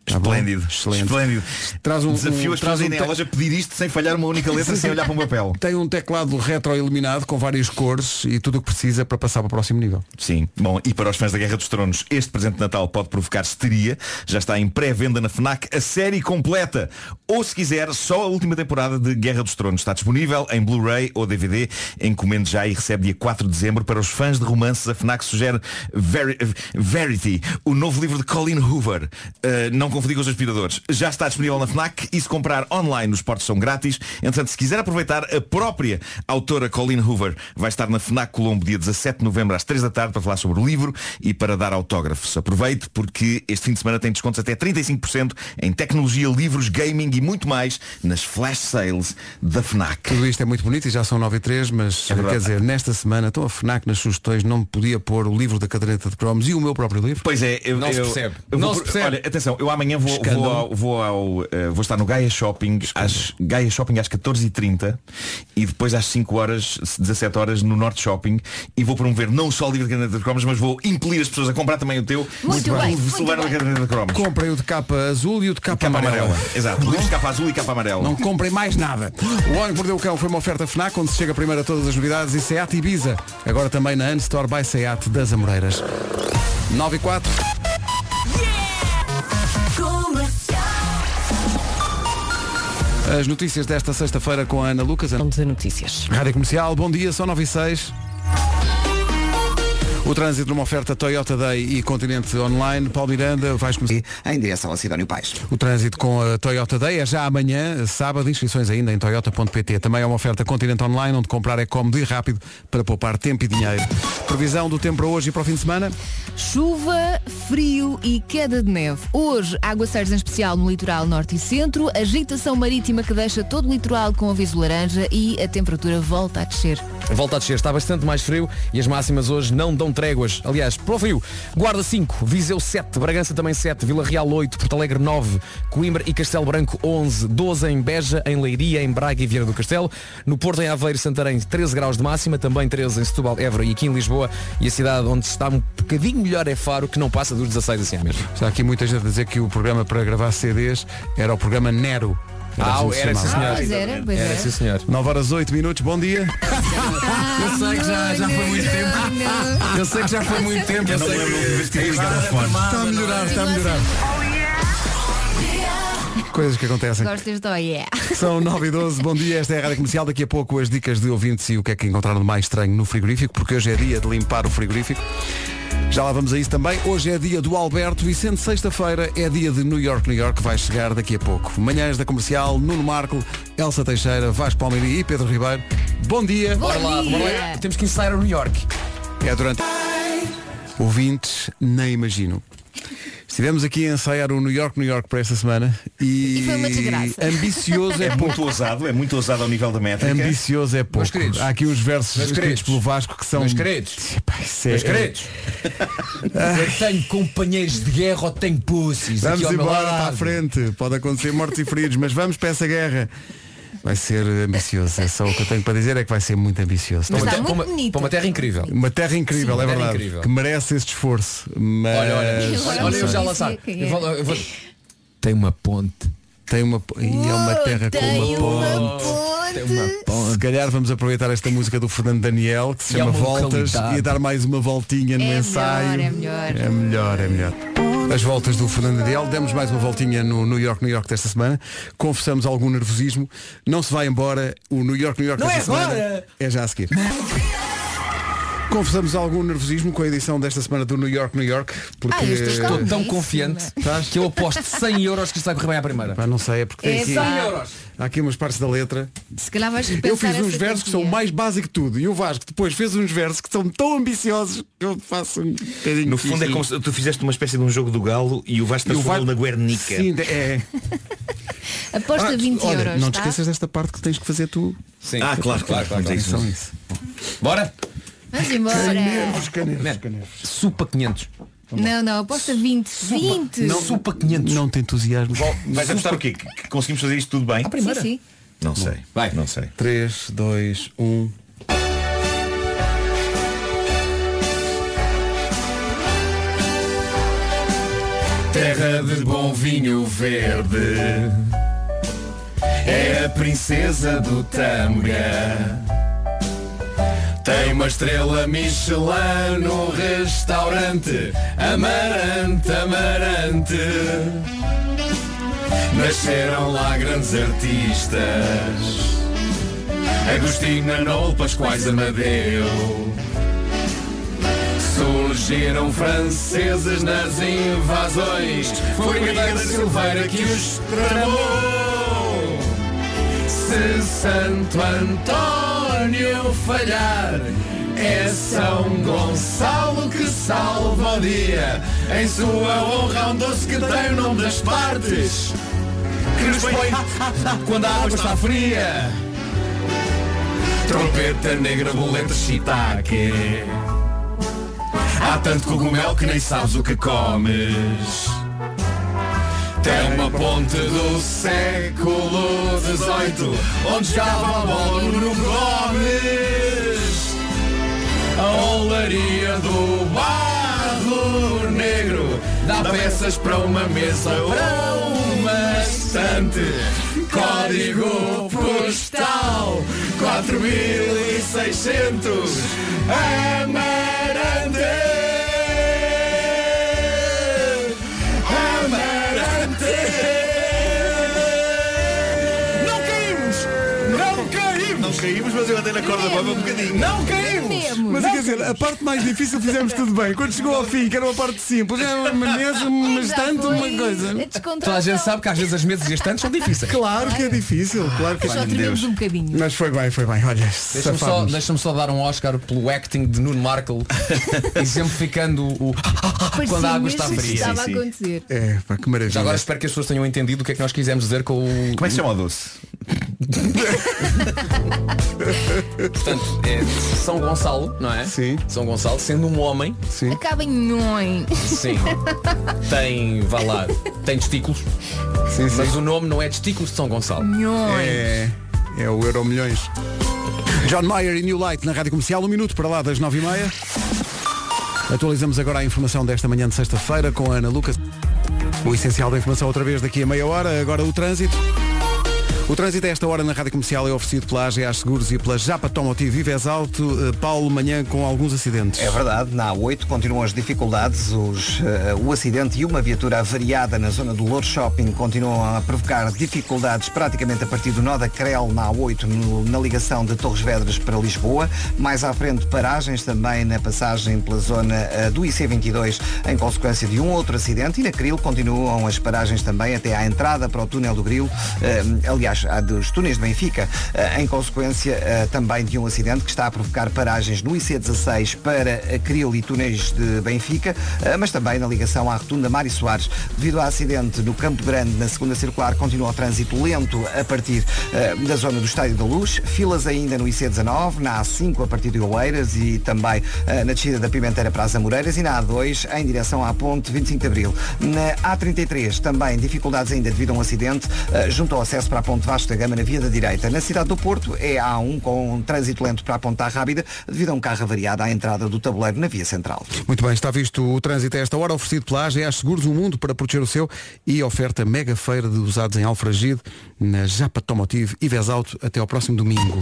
A: Tá bom?
T: Esplêndido.
A: Excelente.
T: Esplêndido.
A: Traz um-
T: Desafio
A: um-
T: as
A: traz
T: pessoas a
A: um
T: irem à
A: te-
T: loja pedir isto sem falhar uma única letra, sem olhar para um papel.
A: *laughs* Tem um teclado retroiluminado com várias cores e tudo o que precisa para passar para o próximo nível.
T: Sim, bom, e para os fãs da Guerra dos Tronos, este presente de Natal pode provocar histeria. Já está em pré-venda na FNAC a série completa. Ou se quiser, só a última temporada de Guerra dos Tronos. Está disponível em Blu-ray ou DVD. Encomende já e recebe dia 4 de dezembro. Para os fãs de romances, a FNAC sugere Veri- Verity, o novo livro de Colin Hoover. Eh, não confundir com os aspiradores. Já está disponível na FNAC e se comprar online, os portos são grátis. Entretanto, se quiser aproveitar, a própria autora Colleen Hoover vai estar na FNAC Colombo dia 17 de novembro às 3 da tarde para falar sobre o livro e para dar autógrafos. Aproveite porque este fim de semana tem descontos até 35% em tecnologia, livros, gaming e muito mais nas flash sales da FNAC.
A: Tudo isto é muito bonito e já são 9 e 3, mas
T: É verdade.
A: quer dizer, nesta semana estou a FNAC nas sugestões, não me podia pôr o livro da caderneta de cromos e o meu próprio livro.
T: Pois é, eu,
A: Não se
T: eu-
A: percebe.
T: eu vou
A: Não se
T: por-
A: percebe.
T: Olha, atenção, eu amanhã vou,
A: Escândalo.
T: vou, ao, vou, ao, eh, vou estar no Gaia Shopping às Gaia Shopping às 14h30 e depois às 5 horas, 17 horas no Norte Shopping e vou promover não só o livro da Caderneta de Cromos, mas vou impelir as pessoas a comprar também o teu
A: Muito
T: e
A: bem,
T: o
A: muito
T: levar na
A: bem.
T: Caderneta de Cromos.
A: Comprem o de capa azul e o de capa,
T: Capa
A: amarela.
T: amarela. Exato. Livros de capa azul e capa amarela.
A: Não comprem mais nada. O Homem que Mordeu o Cão foi uma oferta FNAC, onde se chega primeiro a todas as novidades e Seat Ibiza. Agora também na Unstore by Seat das Amoreiras. 9 e 4. As notícias desta sexta-feira com a Ana Lucas. Vamos
E: a notícias.
A: Rádio Comercial, bom dia, são 9 e 6. O trânsito numa oferta Toyota Day e Continente Online. Paulo Miranda, vais começar.
C: Em direção ao Sidónio Pais.
A: O trânsito com a Toyota Day é já amanhã, sábado, inscrições ainda em toyota.pt. Também é uma oferta Continente Online, onde comprar é cómodo e rápido para poupar tempo e dinheiro. Previsão do tempo para hoje e para o fim de semana?
D: Chuva, frio e queda de neve. Hoje, aguaceiros em especial no litoral norte e centro, agitação marítima que deixa todo o litoral com aviso laranja e a temperatura volta a descer.
M: Volta a descer, está bastante mais frio e as máximas hoje não dão tréguas. Aliás, para o frio, Guarda 5, Viseu 7, Bragança também 7, Vila Real 8, Porto Alegre 9, Coimbra e Castelo Branco 11, 12 em Beja, em Leiria, em Braga e Vieira do Castelo, no Porto, em Aveiro e Santarém 13 graus de máxima, também 13 em Setúbal, Évora e aqui em Lisboa e a cidade onde está um bocadinho melhor é Faro, que não passa dos 16 assim é mesmo.
A: Está aqui muita gente a dizer que o programa para gravar CDs era o programa Nero.
M: Ah,
A: assim que se
M: era, sim, senhor. Ah,
A: chamava.
M: pois era, pois Era, era. sim, senhor.
A: 9 horas 8 minutos, bom dia.
D: tá.
M: Eu sei que já, já foi muito tempo.
A: Eu sei que já foi muito tempo.
M: Eu sei
E: tipo
A: Está a melhorar, está a melhorar. Coisas que acontecem.
D: Gostas de oh yeah.
A: São 9 e 12, bom dia, esta é a Rádio Comercial. Daqui a pouco as dicas de ouvintes e o que é que encontraram de mais estranho no frigorífico, porque hoje é dia de limpar o frigorífico. Já lá vamos a isso também. Hoje é dia do Alberto e sendo sexta-feira é dia de New York, New York, que vai chegar daqui a pouco. Manhãs da Comercial, Nuno Marco, Elsa Teixeira, Vasco Palmeiri e Pedro Ribeiro. Bom dia.
M: Bora lá, bora lá. Temos que ensaiar a New York.
A: É durante. Ouvintes, nem imagino. Estivemos aqui a ensaiar o New York, New York para esta semana e,
D: E foi uma desgraça.
A: ambicioso é,
T: É
A: pouco.
T: muito ousado, é muito ousado ao nível da métrica.
A: Ambicioso é pouco.
T: queridos.
A: Há aqui uns versos
T: Meus
A: escritos
T: queridos.
A: pelo é- Vasco que são.
T: Meus
A: queridos.
M: Meus queridos. Eu tenho companheiros de guerra ou tenho pussies.
A: Ah,
M: aqui
A: Vamos
M: ao meu
A: embora para a
M: lado. tá
A: frente. Pode acontecer mortos e feridos, mas vamos para essa guerra. Vai ser ambicioso. É só o que eu tenho para dizer é que vai ser muito ambicioso.
M: Mas Para uma está te- muito para uma- bonito. para uma é- terra incrível.
A: Uma terra incrível,
M: Sim, uma
A: é
M: terra
A: verdade.
M: incrível.
A: Que merece este esforço. Mas...
M: Olha, olha, olha, olha eu já
A: Sim.
M: lançar.
D: quem é.
M: Eu vou- eu vou-
A: Tem uma ponte. Tem uma po- e é uma terra com
D: tem
A: uma ponte.
D: uma ponte.
A: Tem uma ponte. Se calhar vamos aproveitar esta música do Fernando Daniel que se
M: E é
A: chama
M: uma
A: Voltas
M: localidade.
A: e dar mais uma voltinha no
D: É
A: ensaio.
D: melhor, é melhor.
A: É melhor, é melhor. As voltas do Fernando Daniel, demos mais uma voltinha no New York, New York desta semana, confessamos algum nervosismo, não se vai embora, o New York, New York
M: Não
A: desta
M: é
A: semana
M: agora!
A: é já a seguir. Confessamos algum nervosismo com a edição desta semana do New York, New York, porque
M: Ah, eu estou Estou tão confiante que eu aposto 100 euros que isto vai correr bem à primeira.
A: Pá, não sei, é porque tem
D: É
A: aqui,
D: pá. 100 euros.
A: há aqui umas partes da letra.
D: Se calhar vais repensar
A: Eu fiz uns
D: essa
A: versos que são o
D: quantia.
A: mais básico de tudo e o Vasco depois fez uns versos que são tão ambiciosos que eu faço um bocadinho
T: No fundo é como se tu fizeste uma espécie de um jogo do galo e o Vasco
A: E o
T: transformou
A: Vasco-
T: na Guernica.
A: Sim, é.
D: *laughs*
A: Ah,
D: Aposta 20
A: olha,
D: euros.
A: não te
D: tá?
A: esqueças desta parte que tens que fazer tu.
M: Sim.
T: Ah, claro, claro, claro.
A: Vamos a isso,
T: Isso,
A: vamos a isso.
M: Bora?
D: Vamos embora.
M: Supa 500.
D: Não, não, aposta 20. 20.
M: Supa 500.
A: Não te entusiasmo.
T: Vais apostar o quê? Que que conseguimos fazer isto tudo bem?
D: Sim, sim.
T: Não sei. Vai. Não sei.
A: 3, 2, 1.
M: Tens
E: terra de bom vinho verde. É a princesa do Tâmega. Tem uma estrela Michelin no restaurante Amarante, Amarante. Nasceram lá grandes artistas. Agostinho Anol, Pascoais Amadeu. Surgiram franceses nas invasões Foi Miguel da Silveira que os tramou Se Santo António falhar É São Gonçalo que salva o dia Em sua honra um doce que tem o nome das partes Que nos põe quando a água está fria Trompeta negra, boleta, shiitake Há tanto cogumelo que nem sabes o que comes Tem é uma ponte do século XVIII Onde jogava a bola no Nuno Gomes A olaria do barro negro Dá peças para uma
T: é
E: mesa, para uma estante Código postal 4600 Amarante Amarante Não caímos! Não caímos!
T: Não caímos, mas eu andei na corda bamba um bocadinho.
E: Não
M: é
E: caímos!
A: Mas é quer dizer, a parte mais difícil fizemos tudo bem. Quando chegou ao fim, que era uma parte simples, era uma
D: *laughs*
A: mesa, uma estante, uma coisa.
D: É
M: Toda a gente sabe que às vezes as mesas e as estantes são difíceis.
A: Claro que é difícil, claro que é
D: Só trememos um bocadinho.
A: Mas foi bem, foi bem. Olha,
M: Deixa-me só,
A: safámos.
M: deixa só dar um Oscar pelo acting de Nuno
D: *laughs*
M: Markle exemplificando o *laughs* quando a água está
D: mesmo que
M: fria.
D: Estava a acontecer.
A: É, pá, que maravilha.
M: Já agora espero que as pessoas tenham entendido o que é que nós quisemos dizer com o.
T: Como é que se chama o doce?
M: *laughs* Portanto, é São Gonçalo, não é? Sim. São Gonçalo, sendo um homem,
A: Sim.
D: Acaba em nhõe.
M: sim, tem, vá lá, tem testículos, mas o nome não é testículos de São Gonçalo.
D: Nhõe.
A: É, é o Euro Milhões. John Mayer e New Light na Rádio Comercial, um minuto para lá das nove e meia. Atualizamos agora a informação desta manhã de sexta-feira com a Ana Lucas. O essencial da informação outra vez daqui a meia hora, agora o trânsito. O trânsito a esta hora na Rádio Comercial é oferecido pela AGA Seguros e pela Japa Tomotivo Vives Alto, Eh, Paulo, manhã com alguns acidentes.
C: É verdade, na A8 continuam as dificuldades, os, eh, o acidente e uma viatura avariada na zona do Lourdes Shopping continuam a provocar dificuldades praticamente a partir do nó da Crel na A8 no- na ligação de Torres Vedras para Lisboa, mais à frente paragens também na passagem pela zona eh, do IC22 em consequência de um outro acidente e na Cril continuam as paragens também até à entrada para o túnel do Grilo, eh, aliás, à dos túneis de Benfica, eh, em consequência eh, também de um acidente que está a provocar paragens no IC16 para a Cril e túneis de Benfica, eh, mas também na ligação à rotunda Mário Soares. Devido ao acidente no Campo Grande, na segunda circular, continua o trânsito lento a partir eh, da zona do Estádio da Luz, filas ainda no IC19, na A5 a partir de Oeiras e também eh, na descida da Pimenteira para as Amoreiras e na A2 em direção à ponte 25 de Abril. Na A33 também dificuldades ainda devido a um acidente eh, junto ao acesso para a ponte Vasco da Gama na via da direita. Na cidade do Porto é a A1 com um trânsito lento para a ponta Rábida devido a um carro avariado à entrada do tabuleiro na via central.
A: Muito bem, está visto o trânsito a esta hora, oferecido pela AGA Seguros, o mundo para proteger o seu e a oferta mega feira de usados em Alfragide, na Japa Tomotive e Alto, até ao próximo domingo.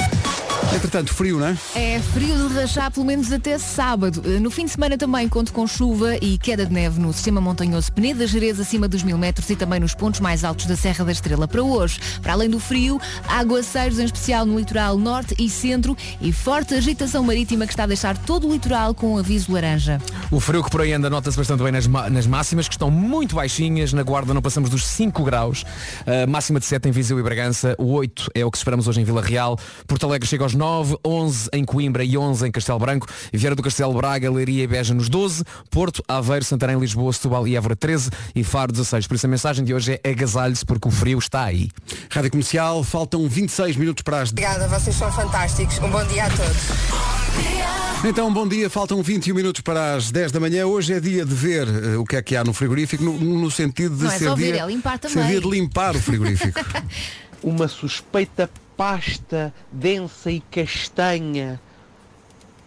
A: Entretanto, frio, não é?
D: É frio de rachar pelo menos até sábado. Eh, No fim de semana também conto com chuva e queda de neve no sistema montanhoso Peneda Jerez acima dos mil metros e também nos pontos mais altos da Serra da Estrela para hoje. Para além do frio, aguaceiros em especial no litoral norte e centro e forte agitação marítima que está a deixar todo o litoral com um aviso laranja.
M: O frio que por aí anda nota-se bastante bem nas, ma- nas máximas, que estão muito baixinhas. Na Guarda não passamos dos 5 graus. A máxima de 7 em Viseu e Bragança. O 8 é o que esperamos hoje em Vila Real. Porto Alegre chega aos 9, 11 em Coimbra e 11 em Castelo Branco. Vieira do Castelo, Braga, Leiria e Beja nos 12. Porto, Aveiro, Santarém, Lisboa, Setúbal e Évora 13. E Faro 16. Por isso a mensagem de hoje é agasalhe-se porque o frio está aí.
A: Rádio Comercial, faltam 26 minutos para as...
S: Obrigada, vocês são fantásticos. Um bom dia a todos.
A: Então, bom dia, faltam 21 minutos para as 10 da manhã. Hoje é dia de ver eh, o que é que há no frigorífico, no, no sentido de
D: Não é
A: ser,
D: só ver,
A: dia,
D: é limpar
A: ser
D: também.
A: dia de limpar o frigorífico.
V: *laughs* uma suspeita pasta densa e castanha,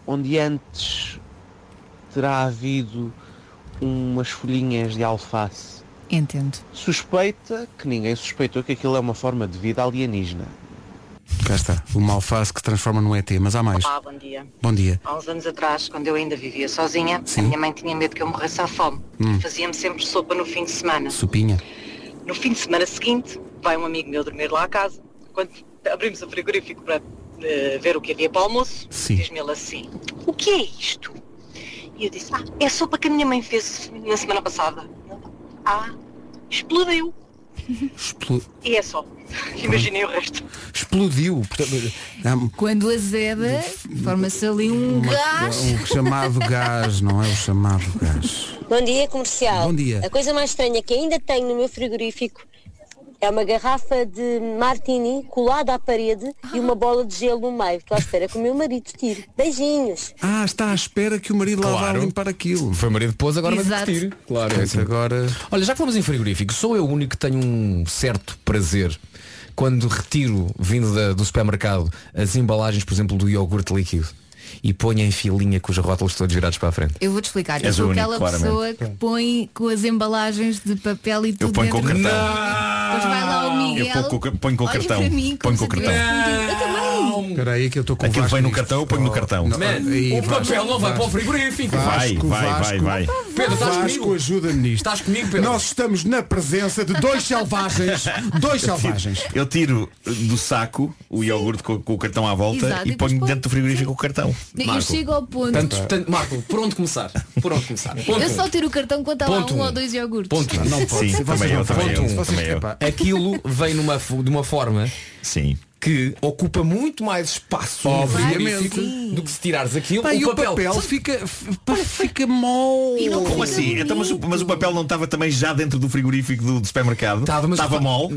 V: onde antes terá havido umas folhinhas de alface.
D: Entendo.
V: Suspeita que ninguém suspeitou que aquilo é uma forma de vida alienígena.
A: Cá está, uma alface que se transforma num ET, mas há mais.
B: Olá, bom dia.
A: Bom dia.
B: Há uns anos atrás, quando eu ainda vivia sozinha,
A: Sim.
B: a minha mãe tinha medo que eu morresse à fome.
A: Hum.
B: Fazia-me sempre sopa no fim de semana.
A: Supinha.
B: No fim de semana seguinte, vai um amigo meu dormir lá à casa. Quando abrimos o frigorífico para eh, ver o que havia para o almoço,
A: Sim.
B: diz-me ele assim, o que é isto? E eu disse, ah, é a sopa que a minha mãe fez na semana passada. Ele, Ah, explodiu. *laughs*
A: Explo-
B: E é só. Imaginem o resto.
A: Explodiu. Portanto, eh, há
D: Quando azeda, forma-se ali um
A: uma-
D: gás.
A: um chamado gás, não é o chamado gás.
F: Bom dia, comercial.
A: Bom dia.
F: A coisa mais estranha que ainda tenho no meu frigorífico é uma garrafa de martini colada à parede e uma bola de gelo no meio. Estou à espera que o meu marido tire. Beijinhos.
A: Ah, está à espera que o marido lá vá limpar aquilo.
M: Foi o marido depois, agora vai
F: Exato.
M: discutir. Claro.
A: Portanto, agora...
M: Olha, já que falamos em frigorífico, sou eu o único que tenho um certo prazer quando retiro, vindo da- do supermercado, as embalagens, por exemplo, do iogurte líquido e ponho em filinha com os rótulos todos virados para a frente.
D: Eu vou-te explicar. Eu
M: És
D: sou
M: o único,
D: aquela
M: claramente.
D: pessoa que põe com as embalagens de papel e tudo dentro. Depois vai lá o Miguel.
T: Eu ponho com- ponho com o
D: olha
T: cartão.
D: Para mim,
T: Ponho
D: como
T: com o
D: se eu tivesse
T: cartão.
D: metido- Eu também.
A: Espera aí que eu estou com
T: Aquilo
A: Vasco
T: vem no
A: nisto.
T: cartão, eu ponho no
A: Oh,
T: cartão.
A: não,
T: Man,
A: aí,
T: o papel não vai
A: Vasco.
T: para o frigorífico. Vai,
A: Vasco,
T: vai,
A: Vasco.
T: vai, vai.
A: Pedro, estás
T: Vasco, é
A: comigo? ajuda-me nisto. Estás comigo, Pedro? Nós estamos na presença de
T: *laughs*
A: dois selvagens. dois
T: Eu tiro-
A: selvagens.
T: Eu tiro do saco o iogurte com, com o cartão à volta
D: Exato,
T: e
D: e depois
T: ponho dentro do frigorífico o cartão.
D: Eu chego ao ponto.
M: Tanto, tanto- Marco, por onde começar? Por onde começar?
D: Eu só tiro o cartão quando está lá
M: Ponto
D: um
M: um.
D: ou dois iogurtes.
M: Ponto um.
T: Não pode. Sim,
M: Vocês
T: também
M: não
T: eu, também
M: podem.
T: eu,
M: Ponto um.
T: também eu.
M: Epá, Aquilo vem numa, fo- de uma forma
T: Sim.
M: que ocupa muito mais espaço no
A: Obviamente.
M: frigorífico do que se tirares aquilo.
A: Pá, e
M: o papel,
A: fica, f- fica mol.
T: E não, como assim? Então, mas, o- mas o papel não estava também já dentro do frigorífico do, do supermercado? Estava,
M: mas
T: Estava
M: o pa-
T: mol?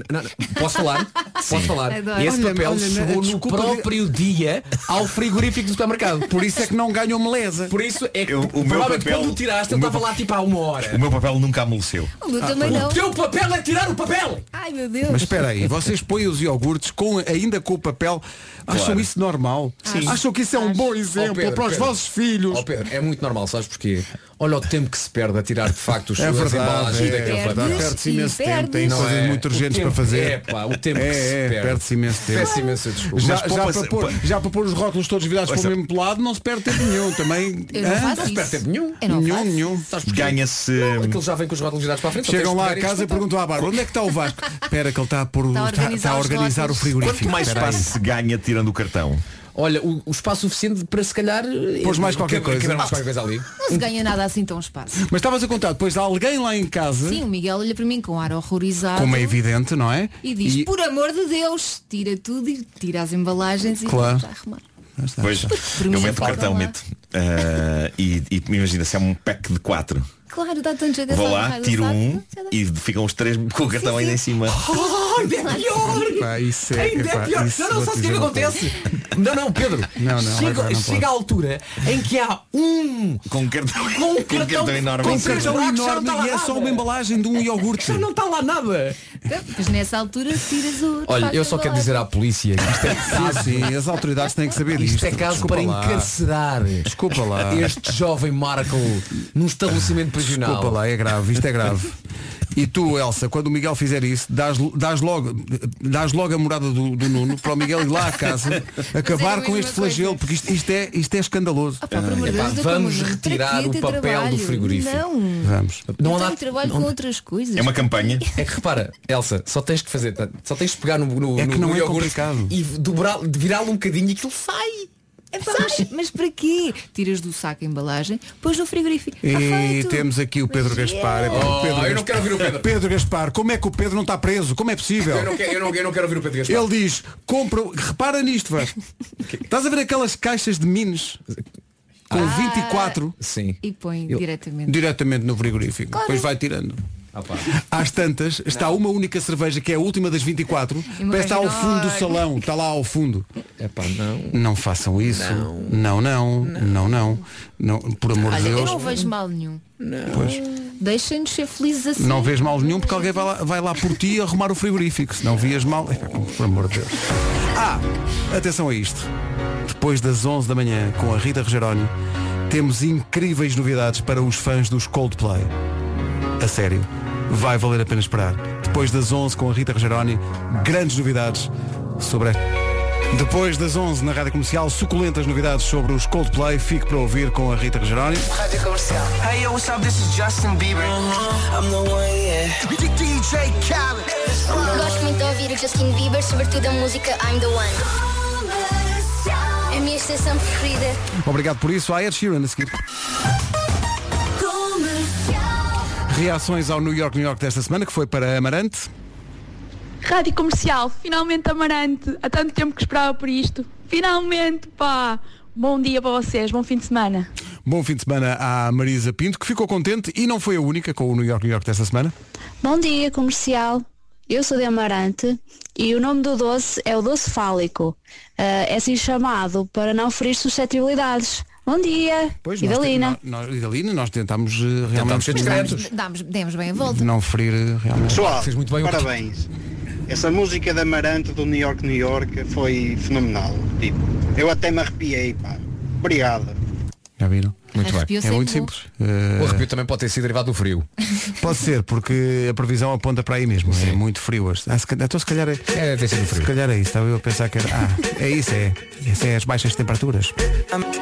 M: Posso
T: *laughs*
M: falar? Posso falar?
A: Adoro.
M: E esse
A: Olha,
M: papel
A: olha, né,
M: chegou no
A: desculpa de-
M: próprio dia ao frigorífico do supermercado.
A: Por isso é que não ganham meleza.
M: Por isso é que
T: Eu- o meu
M: provavelmente
T: papel-
M: quando o
T: o
M: tiraste ele
T: meu
M: estava lá
T: papel-
M: tipo há uma hora.
T: O meu papel nunca amoleceu.
D: O meu também
M: o
D: não.
M: teu papel é tirar o papel!
D: Ai meu Deus.
A: Ah, Mas espera aí, vocês põem os iogurtes com, ainda com o papel, acham
M: Claro.
A: isso normal? Acham que isso é um bom exemplo
M: Oh, Pedro,
A: para os
M: Pedro.
A: vossos filhos?
M: Oh, Pedro, é muito normal, sabes porquê? Olha o tempo que se perde a tirar de facto os
A: É
M: as
A: verdade,
M: embalagens
A: é
M: daquele
A: verdade.
M: papel.
A: Perde-se imenso Perdes. tempo, tem
M: Não
A: coisas
M: é?
A: muito
M: O
A: urgentes
M: tempo-
A: para fazer.
M: É pá, o tempo
A: É,
M: que se
A: é,
M: perde.
A: perde-se imenso tempo.
M: Peço imensa desculpa.
A: Já,
M: Mas
A: já
M: poupa-se-
A: para pôr, já para pôr os rótulos todos virados
T: Ouça.
A: para o mesmo lado não se perde tempo nenhum também.
D: Eu não
A: Hã?
D: faço isso. Eu não faço. Tá.
A: nenhum.
T: Ganha-se.
M: Aquilo é já vem com os rótulos virados para a frente. só
A: Chegam
M: tens de
A: lá a
M: pegar e
A: casa e
M: respeitar.
A: perguntam à Bárbara, onde é que está o Vasco? Espera que ele está a, pôr, o-
D: Está a
A: está,
D: organizar
A: está a
D: os
A: organizar o
D: rótulos.
A: frigorífico.
T: Quanto mais
A: Espera aí.
T: espaço se ganha tirando o cartão?
M: *laughs* Olha, o, o espaço suficiente para se calhar.
A: Pôs mais qualquer
M: caber-
A: coisa.
M: caber mais qualquer coisa ali.
D: Não se ganha nada assim tão espaço.
A: Mas estavas a contar, depois há alguém lá em
M: é.
A: casa,
D: Sim, o Miguel olha para mim com ar horrorizado
A: como é evidente, não é?
D: e diz, por amor de Deus, tira tudo e tira as embalagens e
A: Claro.
D: está a arrumar.
T: Pois,
M: é
T: eu meto o cartão, meto. Ah, e, e imagina, se é um pack de quatro.
D: Claro, dá tanto jeito
T: Vou
D: essa
T: lá,
D: agarrada,
T: tiro
D: sabe?
T: um e ficam os três com o cartão ainda em
M: *laughs*
T: cima.
D: Oh,
M: Ainda *laughs* é pior!
A: Pá, isso é,
M: Ainda
A: epá,
M: é pior!
A: isso
M: Não, não,
A: vou
M: sabes o que
A: dizer
M: é que
A: uma
M: acontece?
A: *laughs*
M: Não, não, Pedro.
A: Não, não,
M: chega
A: agora não
M: chega
A: pode.
M: a altura em que há um.
T: Com um cartão,
M: Com um
T: com um
M: cartão
T: cartão enorme
M: com
T: em
M: um
T: cima.
M: cartão
A: coisa.
M: buraco, já não
A: enorme
M: está lá
A: e é só
M: nada.
A: uma embalagem de um iogurte.
M: Já não está lá nada.
D: Mas nessa altura tiras o.
M: Olha, eu só
D: faz a
M: quero dizer à
D: embalagem.
M: polícia que isto é caso.
A: Sim, sim, as autoridades têm que saber disto.
M: Isto é caso
A: Desculpa
M: para
A: lá.
M: encarcerar
A: Desculpa lá.
M: este jovem Marco num estabelecimento prisional.
A: Desculpa lá, é grave, isto é grave. E tu, Elsa, quando o Miguel fizer isso, dás, dás logo, dás logo a morada do, do Nuno para o Miguel ir lá à casa acabar
D: é a
A: com
D: mesma Ah,
A: este flagelo, porque isto, isto é, isto é escandaloso.
D: Pá, por amor de
M: Ah, Epá,
D: Deus, doutor
M: vamos
D: Nuno, para
M: retirar
D: que
M: o
D: ter
M: papel do
D: trabalho?
M: frigorífico.
D: Não.
A: Vamos.
M: Não
D: então eu
M: há
D: tenho trabalho com outras coisas.
T: É uma campanha.
M: É que repara, Elsa, só tens que fazer, tá? só tens de pegar no, no,
A: É que
M: no
A: não é
M: iogurte
A: complicado.
M: e dobrar, virá-lo um bocadinho e aquilo sai.
D: É pá, mas, mas para quê? Tiras do saco a embalagem, pões no frigorífico. Está
A: E
D: Tá feito.
A: temos aqui o Pedro Gaspar. É pá, o
M: Oh,
A: Pedro
M: eu não quero ouvir o Pedro.
A: Gaspar, como é que o Pedro não está preso? Como é possível?
M: Eu não quero, eu não, eu não quero ouvir o Pedro Gaspar.
A: Ele diz, compra, repara nisto,
M: *laughs*
A: vá. Estás a ver aquelas caixas de minos
D: Ah.
A: com 24?
M: Sim.
D: E põe
A: Eu-
D: diretamente.
A: Diretamente no frigorífico.
D: Claro.
A: Depois vai tirando.
M: Ah, pá.
A: Às tantas, está uma única cerveja, que é a última das 24,
D: E uma
A: parece estar ao
D: caixa
A: fundo do
D: enorme.
A: salão, está lá ao fundo.
M: É pá, não.
A: Não façam isso. Não, não, não, não. não. por amor de
D: Olha, eu
A: Deus.
D: não vejo mal nenhum.
A: Pois.
D: Deixem-nos ser felizes assim.
A: Não vês mal nenhum porque alguém vai lá, vai lá por ti arrumar o frigorífico. Se não vias mal, epá, por amor de Deus. Ah, atenção a isto. Depois das 11 da manhã, com a Rita Rogeroni, temos incríveis novidades para os fãs dos Coldplay. A sério. Vai valer a pena esperar. Depois das 11 com a Rita Rogeroni, grandes novidades sobre esta. Depois das 11 na Rádio Comercial, suculentas novidades sobre os Coldplay. Fique para ouvir com a Rita Rogeroni.
S: Rádio Comercial. Hey, yo, what's up? This is Justin Bieber. Uh-huh. I'm the one, yeah. DJ Khaled.
O: Gosto muito de ouvir o Justin Bieber, sobretudo a música I'm the One. É a minha estação preferida.
A: Obrigado por isso. A Ed Sheeran a seguir. Reações ao New York, New York desta semana, que foi para Amarante.
G: Rádio Comercial, finalmente Amarante. Há tanto tempo que esperava por isto. Finalmente, pá! Bom dia para vocês, bom fim de semana.
A: Bom fim de semana à Marisa Pinto, que ficou contente e não foi a única com o New York, New York desta semana.
H: Bom dia, comercial. Eu sou de Amarante e o nome do doce é o doce fálico. Ah, é assim chamado para não ferir suscetibilidades. Bom dia,
A: Pois, nós
M: né?
H: Idalina.
A: te- nós- nós- Idalina, nós tentámos eh, realmente
M: ser discretos.
D: Damos, demos bem a volta.
A: não ferir eh, realmente.
W: Pessoal,
A: Fez muito bem o-
W: parabéns. Essa música da Amarante do New York, New York foi fenomenal. Tipo, eu até me arrepiei, pá. Obrigado.
A: Já viram?
M: Muito bem.
A: É muito simples.
M: O
A: É.
M: arrepio também pode ter sido derivado do frio.
A: Pode ser, porque a previsão aponta para aí mesmo. É muito frio hoje. Ah, se calhar, então se calhar é.
M: É, tem sido frio.
A: Se calhar é isso. Estava eu a pensar que era. Ah, é isso, é. Isso é as baixas temperaturas. *laughs*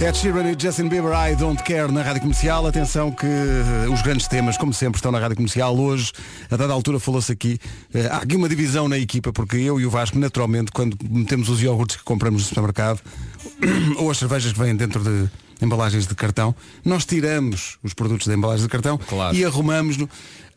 A: Ed Sheeran e Justin Bieber, I Don't Care na Rádio Comercial. Atenção que eh, os grandes temas, como sempre, estão na Rádio Comercial. Hoje, a dada altura, falou-se aqui, eh, há aqui uma divisão na equipa, porque eu e o Vasco, naturalmente, quando metemos os iogurtes que compramos no supermercado, *clears throat* ou as cervejas que vêm dentro de embalagens de cartão, nós tiramos os produtos da embalagem de cartão e arrumamos-no.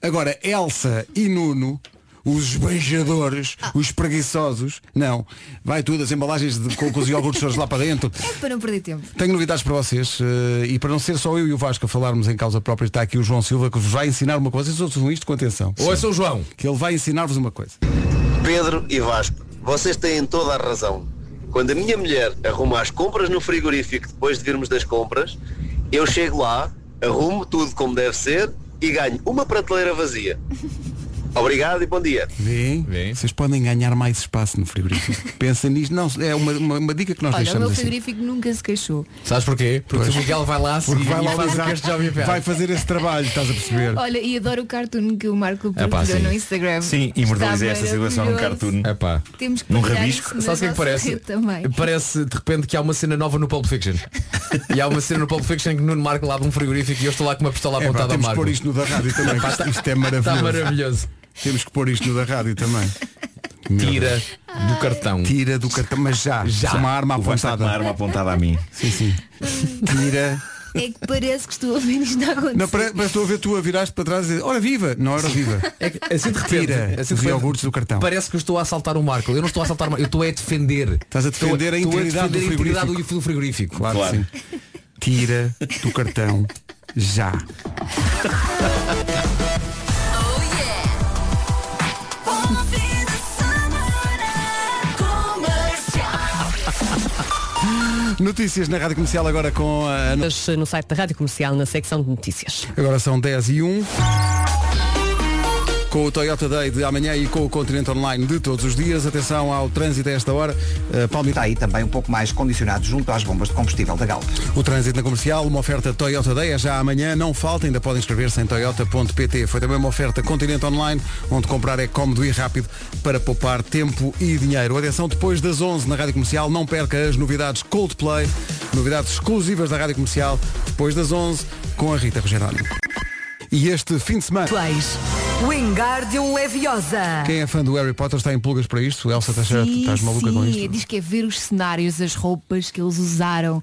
A: Agora, Elsa e Nuno, os beijadores, os preguiçosos, não. Vai tudo, as embalagens de, com, com os iogurtes todos lá para dentro.
D: É para não perder tempo.
A: Tenho novidades para vocês eh, e para não ser só eu e o Vasco a falarmos em causa própria, está aqui o João Silva que vos vai ensinar uma coisa. Vocês ouçam isto com atenção.
M: Oi, sou o João.
A: Que ele vai ensinar-vos uma coisa.
X: Pedro e Vasco, vocês têm toda a razão. Quando a minha mulher arruma as compras no frigorífico depois de virmos das compras, eu chego lá, arrumo tudo como deve ser e ganho uma prateleira vazia. Obrigado e bom dia.
A: Vêem? Vocês podem ganhar mais espaço no
M: *laughs*
A: frigorífico. Pensem nisto. Não, é uma, uma- uma dica que nós
D: Olha, o meu
A: deixamos assim.
D: frigorífico nunca se queixou.
M: Sabes porquê? Porque
A: Pois.
M: o Miguel vai lá a
A: Porque
M: seguir
A: vai
M: e
A: lá
M: faz o
A: usar-
M: que este jovem pede.
A: Vai fazer esse trabalho, estás a perceber?
D: Olha, e adoro o cartoon que o Marco
A: É pá,
D: partilhou
A: sim.
D: no Instagram.
A: Sim,
D: Está
A: imortalizei esta
D: maravilhoso.
A: situação num cartoon.
M: É pá.
D: Temos que partilhar isso
M: Sabe o que
D: na
M: é que
D: nossa
M: parece?
D: rede Também.
M: Parece de repente que há uma cena nova no Pulp
A: *laughs*
M: Fiction. e há uma cena no Pulp Fiction que Nuno Marco lá de um frigorífico e eu estou lá com uma pistola
A: É pá,
M: apontada a
A: temos que
M: Então, Marco.
A: pôr isto no da
M: *laughs*
A: rádio também, que isto- isto é maravilhoso.
M: Está maravilhoso.
A: Temos que pôr isto no da rádio também.
M: Tira do cartão.
A: Tira do cartão, mas já.
M: Já.
A: Uma arma
M: O Vasco está
A: apontada.
M: com uma arma apontada
A: a mim. Sim, sim. Tira.
D: É que parece que estou a ver isto a acontecer.
A: Não, para, para estou a ver, tu a viraste para trás e dizes, ora viva, não era *laughs* viva.
M: Assim de repente,
A: Tira
M: assim de
A: os
M: repente,
A: iogurtes do cartão.
M: Parece que eu estou a assaltar o Marco. Eu não estou a assaltar o Marco, eu estou a defender. Estás
A: a defender a
M: estou, estou
A: integridade
M: a defender
A: do
M: a integridade do frigorífico.
A: Claro, que sim. Tira do cartão já.
S: Oh,
A: Notícias na Rádio Comercial agora com a...
Y: eh, No site da Rádio Comercial, na secção de notícias.
A: Agora são 10 e 1. Com o Toyota Day de amanhã e com o Continente Online de todos os dias, atenção ao trânsito a esta hora. Uh,
C: Está aí também um pouco mais condicionado junto às bombas de combustível da Galp.
A: O trânsito na comercial, uma oferta Toyota Day é já amanhã, não falta, ainda podem inscrever-se em toyota.pt. Foi também uma oferta Continente Online, onde comprar é cómodo e rápido para poupar tempo e dinheiro. Atenção, depois das 11 na Rádio Comercial, não perca as novidades Coldplay, novidades exclusivas da Rádio Comercial, depois das 11 com a Rita Rogeroni. E este fim de semana...
Y: Wingardium Leviosa.
A: Quem é fã do Harry Potter está em pulgas para isto? Elsa, estás, estás maluca
D: sim,
A: com isto?
D: diz que é ver os cenários, as roupas que eles usaram.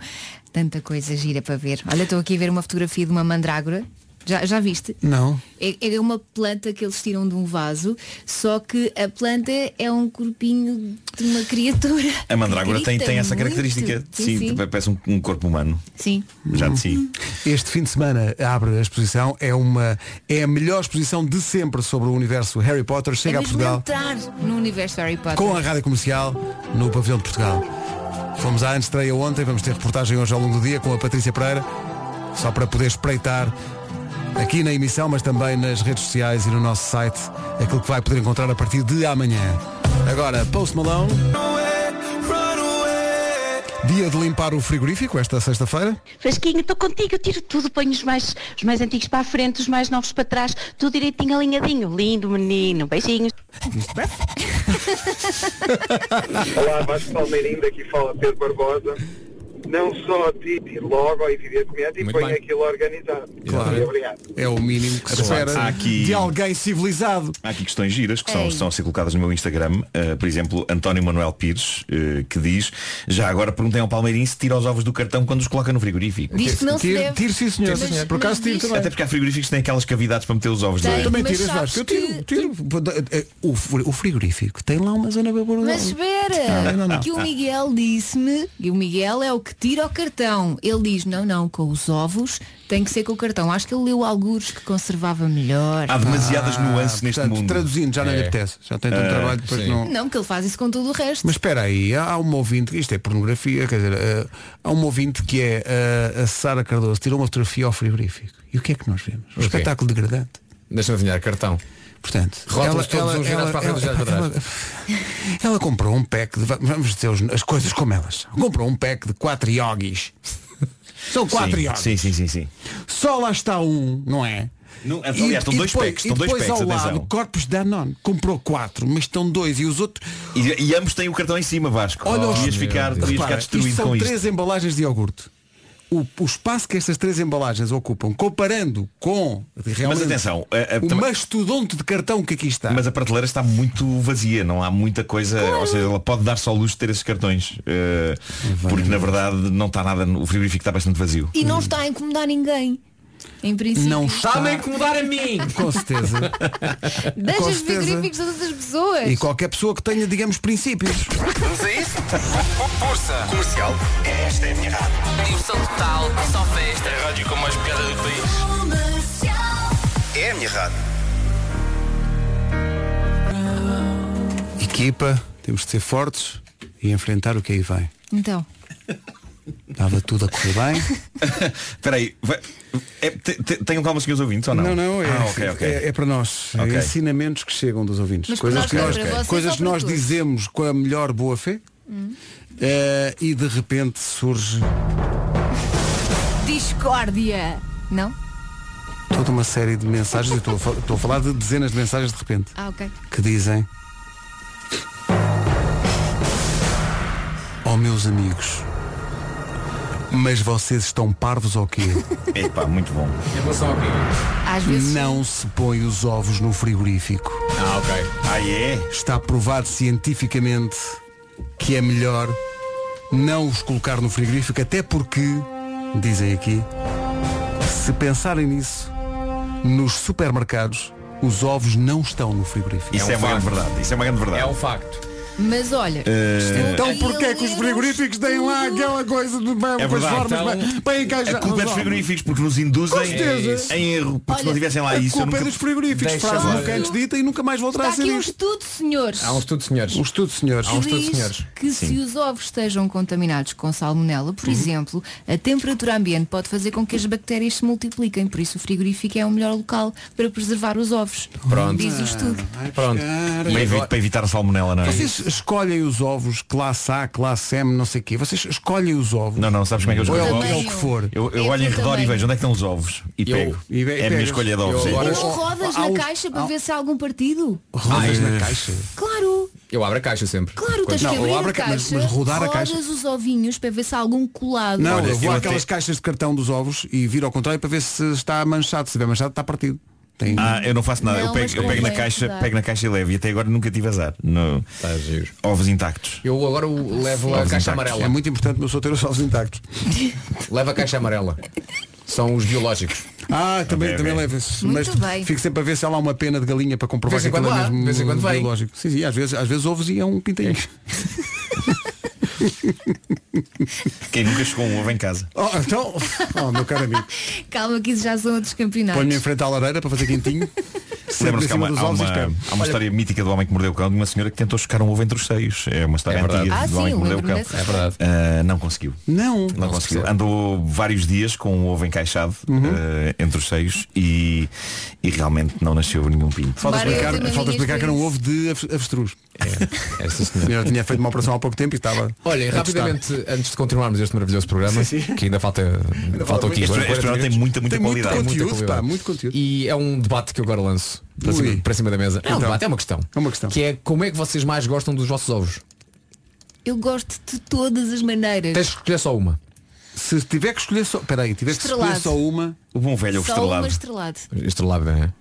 D: Tanta coisa gira para ver. Olha, estou aqui a ver uma fotografia de uma mandrágora. Já, já viste?
A: Não.
D: É, é uma planta que eles tiram de um vaso, só que a planta é um corpinho de uma criatura.
T: A mandrágora tem,
D: Grita
T: tem essa
D: muito.
T: característica.
D: Sim, sim.
T: parece um, um corpo humano.
D: Sim.
T: Já de si.
A: Este fim de semana abre a exposição, é, uma, é a melhor exposição de sempre sobre o universo Harry Potter,
D: É
A: chega a
D: mesmo
A: Portugal
D: entrar no universo Harry Potter.
A: com a rádio comercial no pavilhão de Portugal. Fomos à estreia ontem, vamos ter reportagem hoje ao longo do dia com a Patrícia Pereira, só para poder espreitar aqui na emissão, mas também nas redes sociais e no nosso site, aquilo que vai poder encontrar a partir de amanhã. Agora, Post Malone. Dia de limpar o frigorífico esta sexta-feira.
I: Fresquinho, estou contigo, eu tiro tudo, ponho os mais, os mais antigos para a frente, os mais novos para trás, tudo direitinho alinhadinho. Lindo menino, beijinhos.
J: Olá, Vasco Palmeirinho, daqui fala Pedro Barbosa. Não só tire logo, evidentemente, e
A: Muito
J: põe
A: bem.
J: aquilo organizado.
A: Claro.
J: Obrigado.
A: É o mínimo que se
T: Claro.
A: espera
T: Então, Há aqui-
A: de alguém civilizado.
T: Há aqui questões giras que são,
A: Ei.
T: estão a ser colocadas no meu Instagram. Uh, por exemplo, António Manuel Pires, uh, que diz, já agora perguntem ao Palmeirinho se tira os ovos do cartão quando os coloca no frigorífico.
A: Diz que não se Tiro- deve. tiro, sim, senhor.
T: Tiro,
A: Mas- Por acaso mas tiro diz- também.
T: Até porque há frigoríficos que têm aquelas cavidades para meter os ovos é?
A: Tem,
T: dentro.
A: é? Também tiras, Vasco. Eu tiro, tiro. eh, O fri- o frigorífico tem lá uma zona baborosa.
D: Mas
A: Não,
D: espera,
A: não, não.
D: que o Miguel disse-me, e o Miguel é o que tira o cartão. Ele diz, não, não, com os ovos tem que ser com o cartão. Acho que ele leu alguns que conservava melhor.
A: Ah,
T: Há demasiadas nuances neste
A: portanto,
T: mundo. É. Ah,
A: traduzindo, já não lhe apetece. Já tem tanto trabalho, depois
T: sim.
A: não-
D: Não, que ele faz isso com todo o resto.
A: Mas espera aí, há há um ouvinte, isto é pornografia, quer dizer, eh, há um ouvinte que é eh, a Sara Cardoso, tirou uma fotografia ao frigorífico. E o que é que nós vemos? Um
M: O quê?
A: espetáculo degradante.
M: Deixa-me adivinhar, cartão.
A: Portanto,
M: rótulos todos uns virados para a frente e os virados para trás.
A: ela comprou um pack de, va- vamos dizer os- as coisas como elas, são. comprou um pack de quatro yogis. São quatro
T: Sim,
A: yogis.
T: Sim, sim, sim, sim.
A: Só lá está um, não é?
T: Não, aliás, estão dois
A: depois,
T: packs, estão
A: e
T: dois
A: depois
T: packs,
A: ao lado,
T: atenção.
A: corpos de Danone. Comprou quatro, mas estão um dois e os outros.
T: E, e ambos têm o cartão em cima, Vasco.
A: Olha os-
T: ias ficar, tu ias ficar
A: Repara,
T: destruído
A: isto são
T: com isto.
A: três embalagens de iogurte. O, o espaço que estas três embalagens ocupam, comparando com realmente
T: Mas atenção, a- a-
A: o
T: também-
A: mastodonte de cartão que aqui está.
T: Mas a prateleira está muito vazia, não há muita coisa, ou seja, ela pode dar só luz de ter esses cartões. eh, porque na verdade não está nada, no- o frigorífico está bastante vazio.
D: E não está a incomodar ninguém. Em princípio.
A: Não está. Está-me a
D: incomodar a *laughs* mim.
T: *laughs*
A: Com certeza.
D: Deixa
A: Com
D: os
A: certeza.
D: frigoríficos a outras pessoas.
A: E qualquer pessoa que tenha, digamos, princípios.
S: Vamos a isso? Força! Comercial. Esta é a minha rádio. Diversão total, só festa. É a rádio com mais piada do país. É a minha rádio.
A: Equipa, temos de ser fortes e enfrentar o que aí vem.
D: Então,
A: Estava tudo a correr bem.
T: *laughs* Espera aí, vai- é- te- te- tenham calma, senhores ouvintes, ou não?
A: Não, não, é,
T: Ah, ok, ok.
A: é, é para nós.
T: Ok.
A: É ensinamentos que chegam dos ouvintes.
T: Mas
A: coisas
T: para
A: que
T: nós, é
A: nós,
T: para vocês
A: coisas
T: ou
A: que
T: para
A: nós
T: todos?
A: dizemos com a melhor boa fé eh, e de repente surge
D: discórdia. Não?
A: toda uma série de mensagens. Eu estou a fal- estou a falar de dezenas de mensagens de repente.
D: Ah, ok.
A: que dizem Oh meus amigos Mas vocês estão parvos ou quê?
T: *laughs* Epá, muito bom.
M: Em relação ao quê?
D: Às vezes
A: Não se põe os ovos no frigorífico
M: Ah, ok.
T: Ah, é?
A: Está provado cientificamente Que é melhor Não os colocar no frigorífico Até porque, dizem aqui Se pensarem nisso Nos supermercados Os ovos não estão no frigorífico
T: Isso é, uma grande
A: um facto.
T: verdade. Isso é uma grande verdade. É um
M: facto.
D: Mas olha, é um
T: Eh,
A: Então porquê que os frigoríficos têm lá aquela coisa
T: É
A: de bem, com as
T: verdade,
A: formas
T: então,
A: bem, bem encaixadas?
T: A culpa é dos frigoríficos porque nos induzem
A: Com certeza.
T: em erro. Porque se não tivessem lá
A: a
T: isso, eu
A: culpa
T: nunca...
A: é dos frigoríficos,
T: Deixa
A: frase
T: lá.
A: nunca antes dita e nunca mais voltará
D: está
A: a ser
D: aqui um
A: dito.
D: estudo, senhores.
A: estudo de senhores. Um estudo de senhores.
D: que diz que se os ovos estejam contaminados com salmonela,
A: Uhum.
D: por exemplo, a temperatura ambiente pode fazer com que as bactérias se multipliquem, por isso o frigorífico é o melhor local para preservar os ovos.
T: Pronto.
D: Diz o estudo.
M: Pronto.
T: Para, evi- para evitar a salmonela, não é?
A: Ah, Vocês escolhem os ovos classe A, classe M, não sei o quê. Vocês escolhem os ovos.
T: Não, não, sabes como é que eu
A: Ou
T: escolho os
A: é o-
T: ovos?
A: é o que for.
T: Eu, eu olho em redor e vejo onde é que estão os ovos e
A: Eu-
T: pego.
A: e ve-
T: é a minha
A: pegas.
T: escolha de
A: Eu
T: ovos. sim.
A: agora-
D: Ou rodas
A: há
D: na
A: uns-
D: caixa para ver se há algum partido?
A: Rodas
M: Ai,
A: na caixa.
D: Claro,
M: Eu abro a caixa sempre.
D: claro, tens
A: Não,
D: que
A: eu
D: abrir
A: abro
D: a
A: a ca-
D: caixa,
A: mas- mas rodar a caixa.
D: rodas os ovinhos para ver se há algum colado.
A: Não,
T: Olha,
A: eu vou
T: eu
A: àquelas caixas de cartão dos ovos e viro ao contrário para ver se está manchado. Se estiver manchado, está partido. Tem-
T: Ah, eu não faço nada,
A: Não,
T: eu
A: mas
T: pego, eu pego na
A: convém
T: caixa,
A: estudar.
T: pego na caixa e levo. E até agora nunca tive azar. No...
A: Tá
T: Ovos intactos.
M: Eu agora o- levo a
T: Ovos
M: caixa
T: intactos.
M: amarela.
T: É
A: muito importante no solteiro os ovos intactos.
M: Leva a caixa amarela. São os biológicos.
A: Ah, também,
M: Ok,
A: também
M: ok.
A: leva esses.
M: Muito
A: Mas
M: bem.
A: fico sempre a ver se há lá uma pena de galinha para comprovar
M: De
A: que
M: vez em
A: aquilo
M: quando
A: é
M: há,
A: mesmo
M: de vez em quando vem.
A: biológico. Sim, sim, às vezes, às vezes ovos e é um pintinho.
T: É. Quem nunca chegou um ovo em casa.
A: Oh, então, oh, meu caro amigo,
D: Calma que isso já são outros campeonatos.
A: ponho-me em frente à lareira para fazer quentinho.
T: Lembram-se
A: Sempre em
T: que
A: cima
T: há uma,
A: dos
T: há
A: ovos e
T: uma-
A: espero.
T: há uma história mítica do homem que mordeu o cão de uma senhora que tentou chocar um ovo entre os seios. É uma história
A: É verdade.
T: antiga
A: Ah,
T: do
A: sim,
T: homem que mordeu o
A: lembro-me
T: cão.
A: dessa. É verdade.
T: Ah, não conseguiu.
A: Não.
T: Não, conseguiu. Andou vários dias com o ovo encaixado
A: Uhum.
T: eh, entre os seios e, e realmente não nasceu nenhum pinto.
A: Falta explicar, falta explicar que era um ovo de av- avestruz.
M: É, essa
A: A senhora tinha feito uma operação há pouco tempo e estava.
M: Olha,
A: a
M: rapidamente, antes de continuarmos este maravilhoso programa, que ainda falta, ainda falta o quê?
T: Este-
M: Agora
T: este
M: 40
T: programa tem
M: minutos?
T: muita, muita
M: Tem muito
T: qualidade.
M: conteúdo,
T: Muita qualidade.
M: pá, muito conteúdo. E é um debate que eu agora lanço para
T: Ui.
M: cima, para cima da mesa. Não, é um
T: Então.
M: debate, é uma questão. É uma questão. Que é como é que vocês mais gostam dos vossos ovos?
D: Eu gosto de todas as maneiras.
M: Tens de escolher só uma.
A: Se tiver que escolher só. Peraí, tiver que escolher
D: Estrelado.
A: só uma.
T: O bom velho
D: Só uma estrelado.
M: Estrelado, é?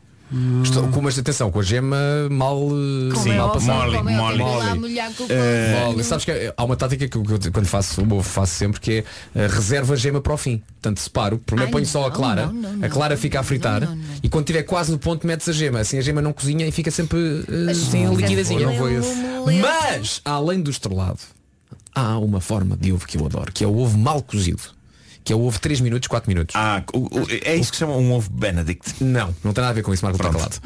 M: Estou, com, mas atenção, com a gema mal, eh,
D: Como é
M: mal
D: óbvio,
M: passada.
D: como é óbvio, vai lá molhar com o
M: Eh,
T: É.
D: pão.
M: mole. Sabes que eh, há uma tática que eu, que eu quando faço o ovo faço sempre que é eh, reserva a gema para o fim. Portanto, separo, primeiro
D: Ai,
M: ponho só a
D: não,
M: clara,
D: não, não,
M: a clara fica a fritar e quando tiver quase no ponto metes a gema. Assim a gema não cozinha e fica sempre eh, assim, liquidazinha.
D: não vou esse.
M: Mas, além do estrelado, há uma forma de ovo que eu adoro, que é o ovo mal cozido. Que é o ovo 3 minutos, 4 minutos.
T: Ah, é isso que chamam um ovo Benedict.
M: Não, não tem nada a ver com isso, Marco Pronto.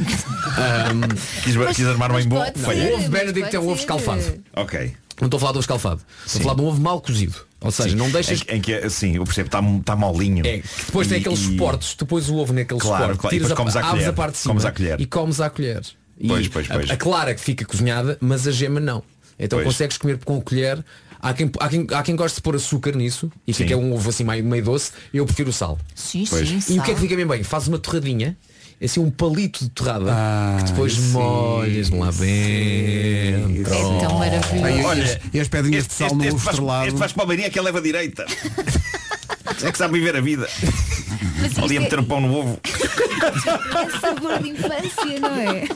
T: quis, quis armar bem bom.
M: O ovo Benedict é um ovo escalfado.
T: Ok.
M: Não estou a falar do ovo escalfado. Estou a falar de um ovo mal cozido. Ou seja, não deixas.
T: Em, que- em que, assim, eu percebo, está tá molinho. É, que
M: Depois tem aqueles suportes, tu põis o ovo naquele
T: Claro,
M: suporte,
T: claro, e
M: tiras
T: depois
M: a,
T: comes à
M: abres a
T: colher,
M: parte de cima
T: comes à colher.
M: e comes à colher. E
T: Pois, pois, pois.
M: A, a clara que fica cozinhada, mas a gema não. Então
T: Pois.
M: consegues comer com a colher. Há quem, há, quem, há quem gosta de pôr açúcar nisso e
T: Sim.
M: que é um ovo assim meio, meio doce, eu prefiro o sal.
D: Sim,
T: Pois. sim,
M: E o
T: sal.
M: que é que fica bem bem? Faz uma torradinha, assim um palito de torrada,
T: Ah,
M: que depois
A: sim,
M: molhas lá dentro.
T: É Olha,
A: e as pedrinhas de sal
T: este,
A: no
T: este
A: ovo
T: faz,
A: estrelado.
T: este faz palmeirinha que é leva
M: *laughs*
T: direita. é que sabe viver a vida.
D: isto
T: Ali a
D: *laughs* é-
T: meter um pão no ovo.
D: É sabor de infância, não é?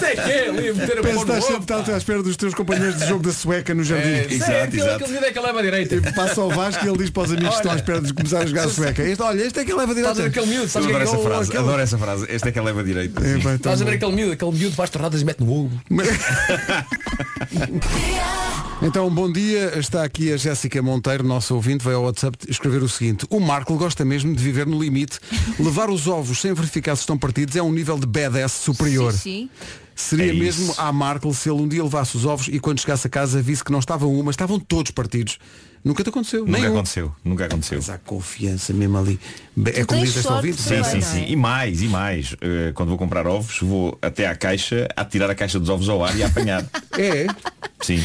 M: Sei que é, ali a meter a
A: Penso
M: mão no
A: estás
M: ovo,
A: sempre estás à espera dos teus companheiros de jogo da sueca no jardim.
M: É, sei, é aquele- aquele miúdo é que leva à direita.
A: Passa ao Vasco e ele diz para os amigos que estão à espera de começar a jogar a sueca. Este, olha, este é que leva a direita.
M: Estás a ver aquele miúdo,
T: Eu
M: sabes
T: adoro
M: quem é
T: essa
M: que-
T: frase,
M: aquele-
T: adoro essa frase. Este é que leva direita.
M: Estás a ver aquele miúdo, aquele miúdo faz torradas e mete no ovo.
A: Então, bom dia. Está aqui a Jéssica Monteiro, nossa ouvinte, veio ao WhatsApp escrever o seguinte. O Marco gosta mesmo de viver no
D: *laughs*
A: limite. Levar os ovos sem verificar se estão partidos é um nível de badass superior.
D: Sim, sim.
A: Seria
T: É
A: mesmo
T: isso.
A: à Markle se ele um dia levasse os ovos e quando chegasse a casa visse que não estavam uma, estavam todos partidos. Nunca te aconteceu.
T: Nunca
A: nem um.
T: aconteceu, nunca aconteceu.
A: Mas há confiança mesmo ali. Be- É como diz este ouvido?
T: Sim, sim, sim. E mais, e mais. Eh, quando vou comprar ovos, vou até à caixa, a tirar a caixa dos ovos ao ar e a
A: *laughs*
T: apanhar.
A: É.
T: Sim.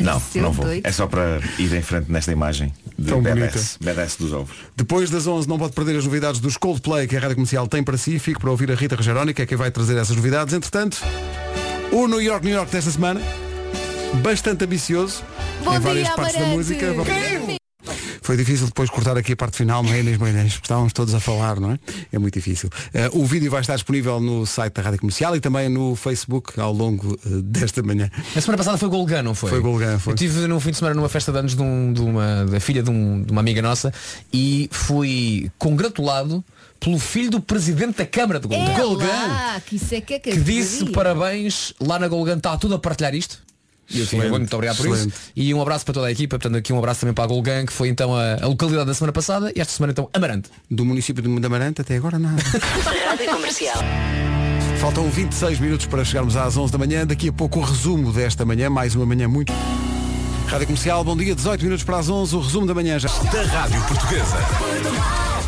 T: Não,
A: Seu
T: não vou.
A: doido.
T: É só para ir em frente nesta imagem de
A: Tão
T: BDS, BDS dos ovos.
A: Depois das 11 não pode perder as novidades dos Coldplay que a Rádio Comercial tem para si. Fico para ouvir a Rita Rogeroni, que é quem vai trazer essas novidades. Entretanto, o New York, New York desta semana, bastante ambicioso,
D: Bom
A: em
D: dia,
A: várias partes da
D: Amarante.
A: música. Foi difícil depois cortar aqui a parte final, não é Inês Moinés? Porque Estávamos todos a falar, não é? É muito difícil. Eh, o vídeo vai estar disponível no site da Rádio Comercial e também no Facebook ao longo eh, desta manhã.
M: A semana passada foi Golgan, não foi?
A: Foi Golgan, foi.
M: Eu estive num fim de semana numa festa de anos de, um- de uma, da filha de, um- de uma amiga nossa e fui congratulado pelo filho do presidente da Câmara de Golgan.
D: É lá, que isso é que é
M: que disse parabéns lá na Golgan, está tudo a partilhar isto. E eu fiquei
A: Excelente,
M: bem, muito obrigado por
A: excelente.
M: isso. E um abraço para toda a equipa, portanto aqui um abraço também para a Golgan, que foi então a, a localidade da semana passada e esta semana então Amarante.
A: Do município de Amarante até agora nada.
S: Rádio Comercial.
A: Faltam 26 minutos para chegarmos às 11 da manhã. Daqui a pouco o resumo desta manhã, mais uma manhã muito. Rádio Comercial, bom dia, 18 minutos para as 11, o resumo da manhã já.
S: Da Rádio Portuguesa.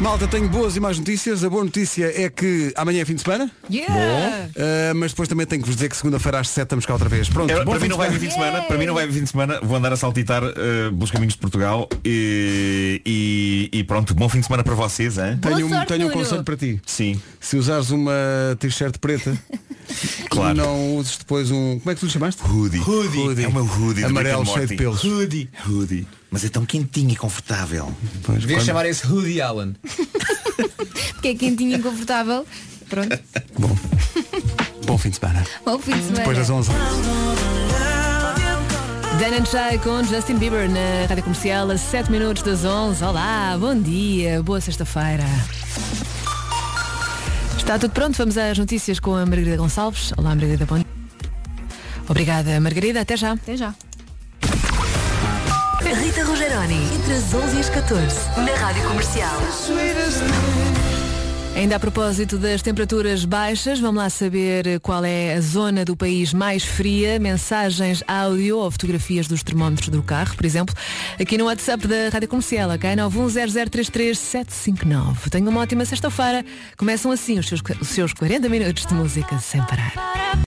A: Malta, tenho boas e más notícias. A boa notícia é que amanhã é fim de semana.
D: Yeah. Bom.
A: Ah, mas depois também tenho que vos dizer que segunda-feira às 7 estamos cá outra vez. Pronto,
T: É,
A: bom
T: para mim
A: de
T: não vai vir fim de semana, para mim não vai vir fim de semana, vou andar a saltitar eh, pelos caminhos de Portugal e, e- e pronto, bom fim de semana para vocês, hein?
A: Tenho, um- tenho um conselho para ti.
T: Sim.
A: Se usares uma t-shirt preta,
T: *laughs* Claro.
A: não uses depois um. Como é que tu lhe chamaste?
T: Hoodie. Hoodie. É o meu hoodie. do
A: Amarelo
T: Rick and
A: cheio de
T: Morty.
A: pelos.
M: Hoodie.
T: Hoodie. Mas é tão quentinho e confortável.
M: Devias chamar esse Hoodie Allen.
D: Porque é quentinho e confortável. Pronto,
A: Bom fim de semana.
D: bom fim de semana.
A: Depois das 11.
D: Dan Shay com Justin Bieber na Rádio Comercial a 7 minutos das 11. Olá, bom dia, boa sexta-feira. Está tudo pronto, vamos às notícias com a Margarida Gonçalves. Olá, Margarida, bom dia. Obrigada, Margarida, até já. Até já.
E: Rita Rogeroni, entre as 11 e as 14, na Rádio Comercial.
Y: Ainda a propósito das temperaturas baixas, vamos lá saber qual é a zona do país mais fria. Mensagens áudio ou fotografias dos termómetros do carro, por exemplo, aqui no WhatsApp da Rádio Comercial, ok? 910033759. Tenham uma ótima sexta-feira. Começam assim os seus, os seus 40 minutos de música sem parar.